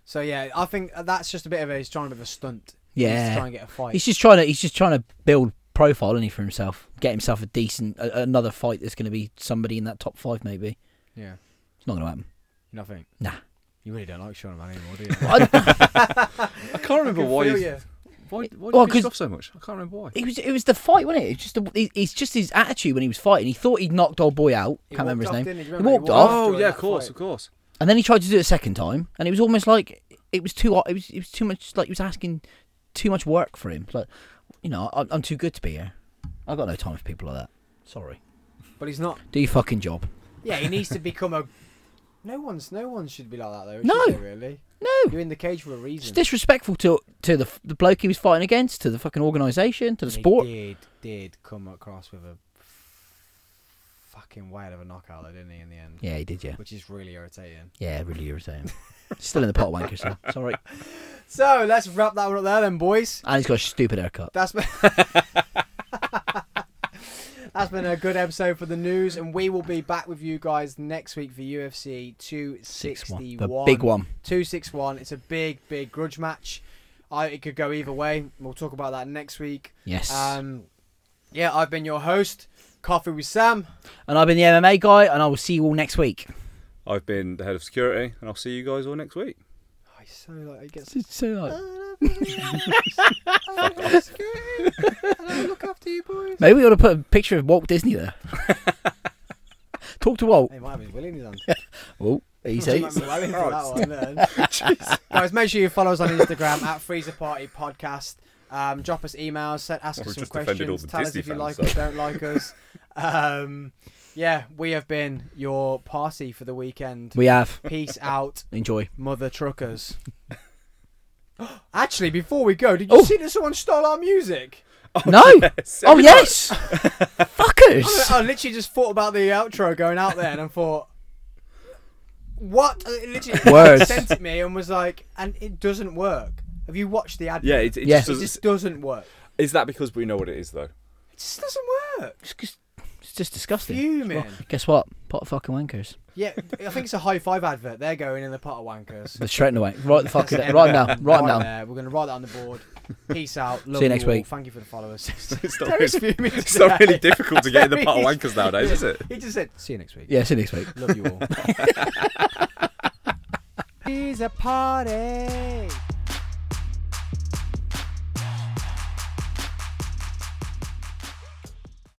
S1: So yeah, I think that's just a bit of a he's trying a bit of a stunt. He's
S3: Yeah,
S1: trying to get a fight.
S3: he's just trying to he's just trying to build profile, is he, for himself? Get himself a decent a, another fight that's going to be somebody in that top five, maybe.
S1: yeah.
S3: It's not going to happen.
S1: Nothing.
S3: Nah.
S1: You really don't like Sean O'Malley anymore, do you?
S3: I don't-
S4: I can't remember why
S1: Feel
S4: you
S1: ya.
S4: why why
S3: Well,
S4: you pissed
S3: 'cause-
S4: off so much. I can't remember why.
S3: it was it was the fight, wasn't it? It's just the, it- it's just his attitude when he was fighting. He thought he'd knocked old boy out.
S1: He
S3: Can't remember his
S1: walked off,
S3: name.
S1: didn't Do you
S3: He
S1: remember?
S3: walked off.
S4: Oh
S1: during
S4: yeah,
S1: that
S4: of course,
S1: fight.
S4: of course.
S3: And then he tried to do it a second time, and it was almost like it was too. It was it was too much. Like he was asking too much work for him. Like, you know, I'm, I'm too good to be here. I got no time for people like that. Sorry.
S1: But he's not.
S3: Do your fucking job.
S1: Yeah, he needs to become a. No one's. No one should be like that though.
S3: No.
S1: should they, really.
S3: No,
S1: You're in the cage for a reason.
S3: it's disrespectful to to the the bloke he was fighting against, to the fucking organisation, to the sport.
S1: He did did come across with a fucking whale of a knockout though, didn't he? In the end,
S3: Yeah, he did. Yeah,
S1: which is really irritating.
S3: yeah, really irritating. Still in the pot wanker, so sorry.
S1: So let's wrap that one up there then, boys.
S3: And he's got a stupid haircut.
S1: That's been That's been a good episode for the news, and we will be back with you guys next week for UFC
S3: Six
S1: 261.
S3: one, the big one.
S1: 261. It's a big, big grudge match. I, it could go either way. We'll talk about that next week.
S3: Yes.
S1: Um, yeah, I've been your host, Coffee with Sam.
S3: and I've been the MMA guy, and I will see you all next week.
S4: I've been the head of security, and I'll see you guys all next week.
S1: Oh, he's so like, he gets look after you boys.
S3: Maybe we ought to put a picture of Walt Disney there. Talk to Walt.
S1: He might have his will in his hand.
S3: Oh, easy.
S1: Remember well into that one then. Guys, make sure you follow us on Instagram at Freezer Party Podcast. Um, drop us emails, set, ask
S4: We've
S1: us some
S4: just offended all
S1: questions,
S4: the
S1: tell us
S4: Disney
S1: if you
S4: fans,
S1: like
S4: so.
S1: us, don't like us. Um, yeah, we have been your party for the weekend.
S3: We have.
S1: Peace out,
S3: Enjoy.
S1: mother truckers. Actually, before we go, did you
S3: Oh.
S1: see that someone stole our music?
S3: no.
S4: yes.
S3: Oh, yes.
S1: I,
S3: Fuckers.
S1: I literally just thought about the outro going out there, and I thought, "What?" It literally
S3: Words.
S1: sent it me and was like, "And it doesn't work." Have you watched the ad?
S4: Yeah, it, it
S3: Yeah.
S4: just
S1: it
S4: doesn't.
S1: just doesn't work.
S4: is that because we know what it is though?
S1: It just doesn't work.
S3: It's just- it's just disgusting.
S1: Fuming.
S3: Well, guess what? Pot of fucking wankers.
S1: Yeah, I think it's a high five advert. They're going in the pot of wankers.
S3: But straighten away. Right the fuck down. Right now. Right now.
S1: there. We're gonna write that on the board. Peace out. Love
S3: See you next
S1: all.
S3: week.
S1: Thank you for the followers.
S4: It's not,
S1: Terry's
S4: really,
S1: fuming
S4: it's not really
S1: today.
S4: difficult to get in the pot of
S1: Terry's-
S4: wankers nowadays, is it?
S1: He just said, "See you next week."
S3: Yeah, see you next week.
S1: Love you all. He's a party.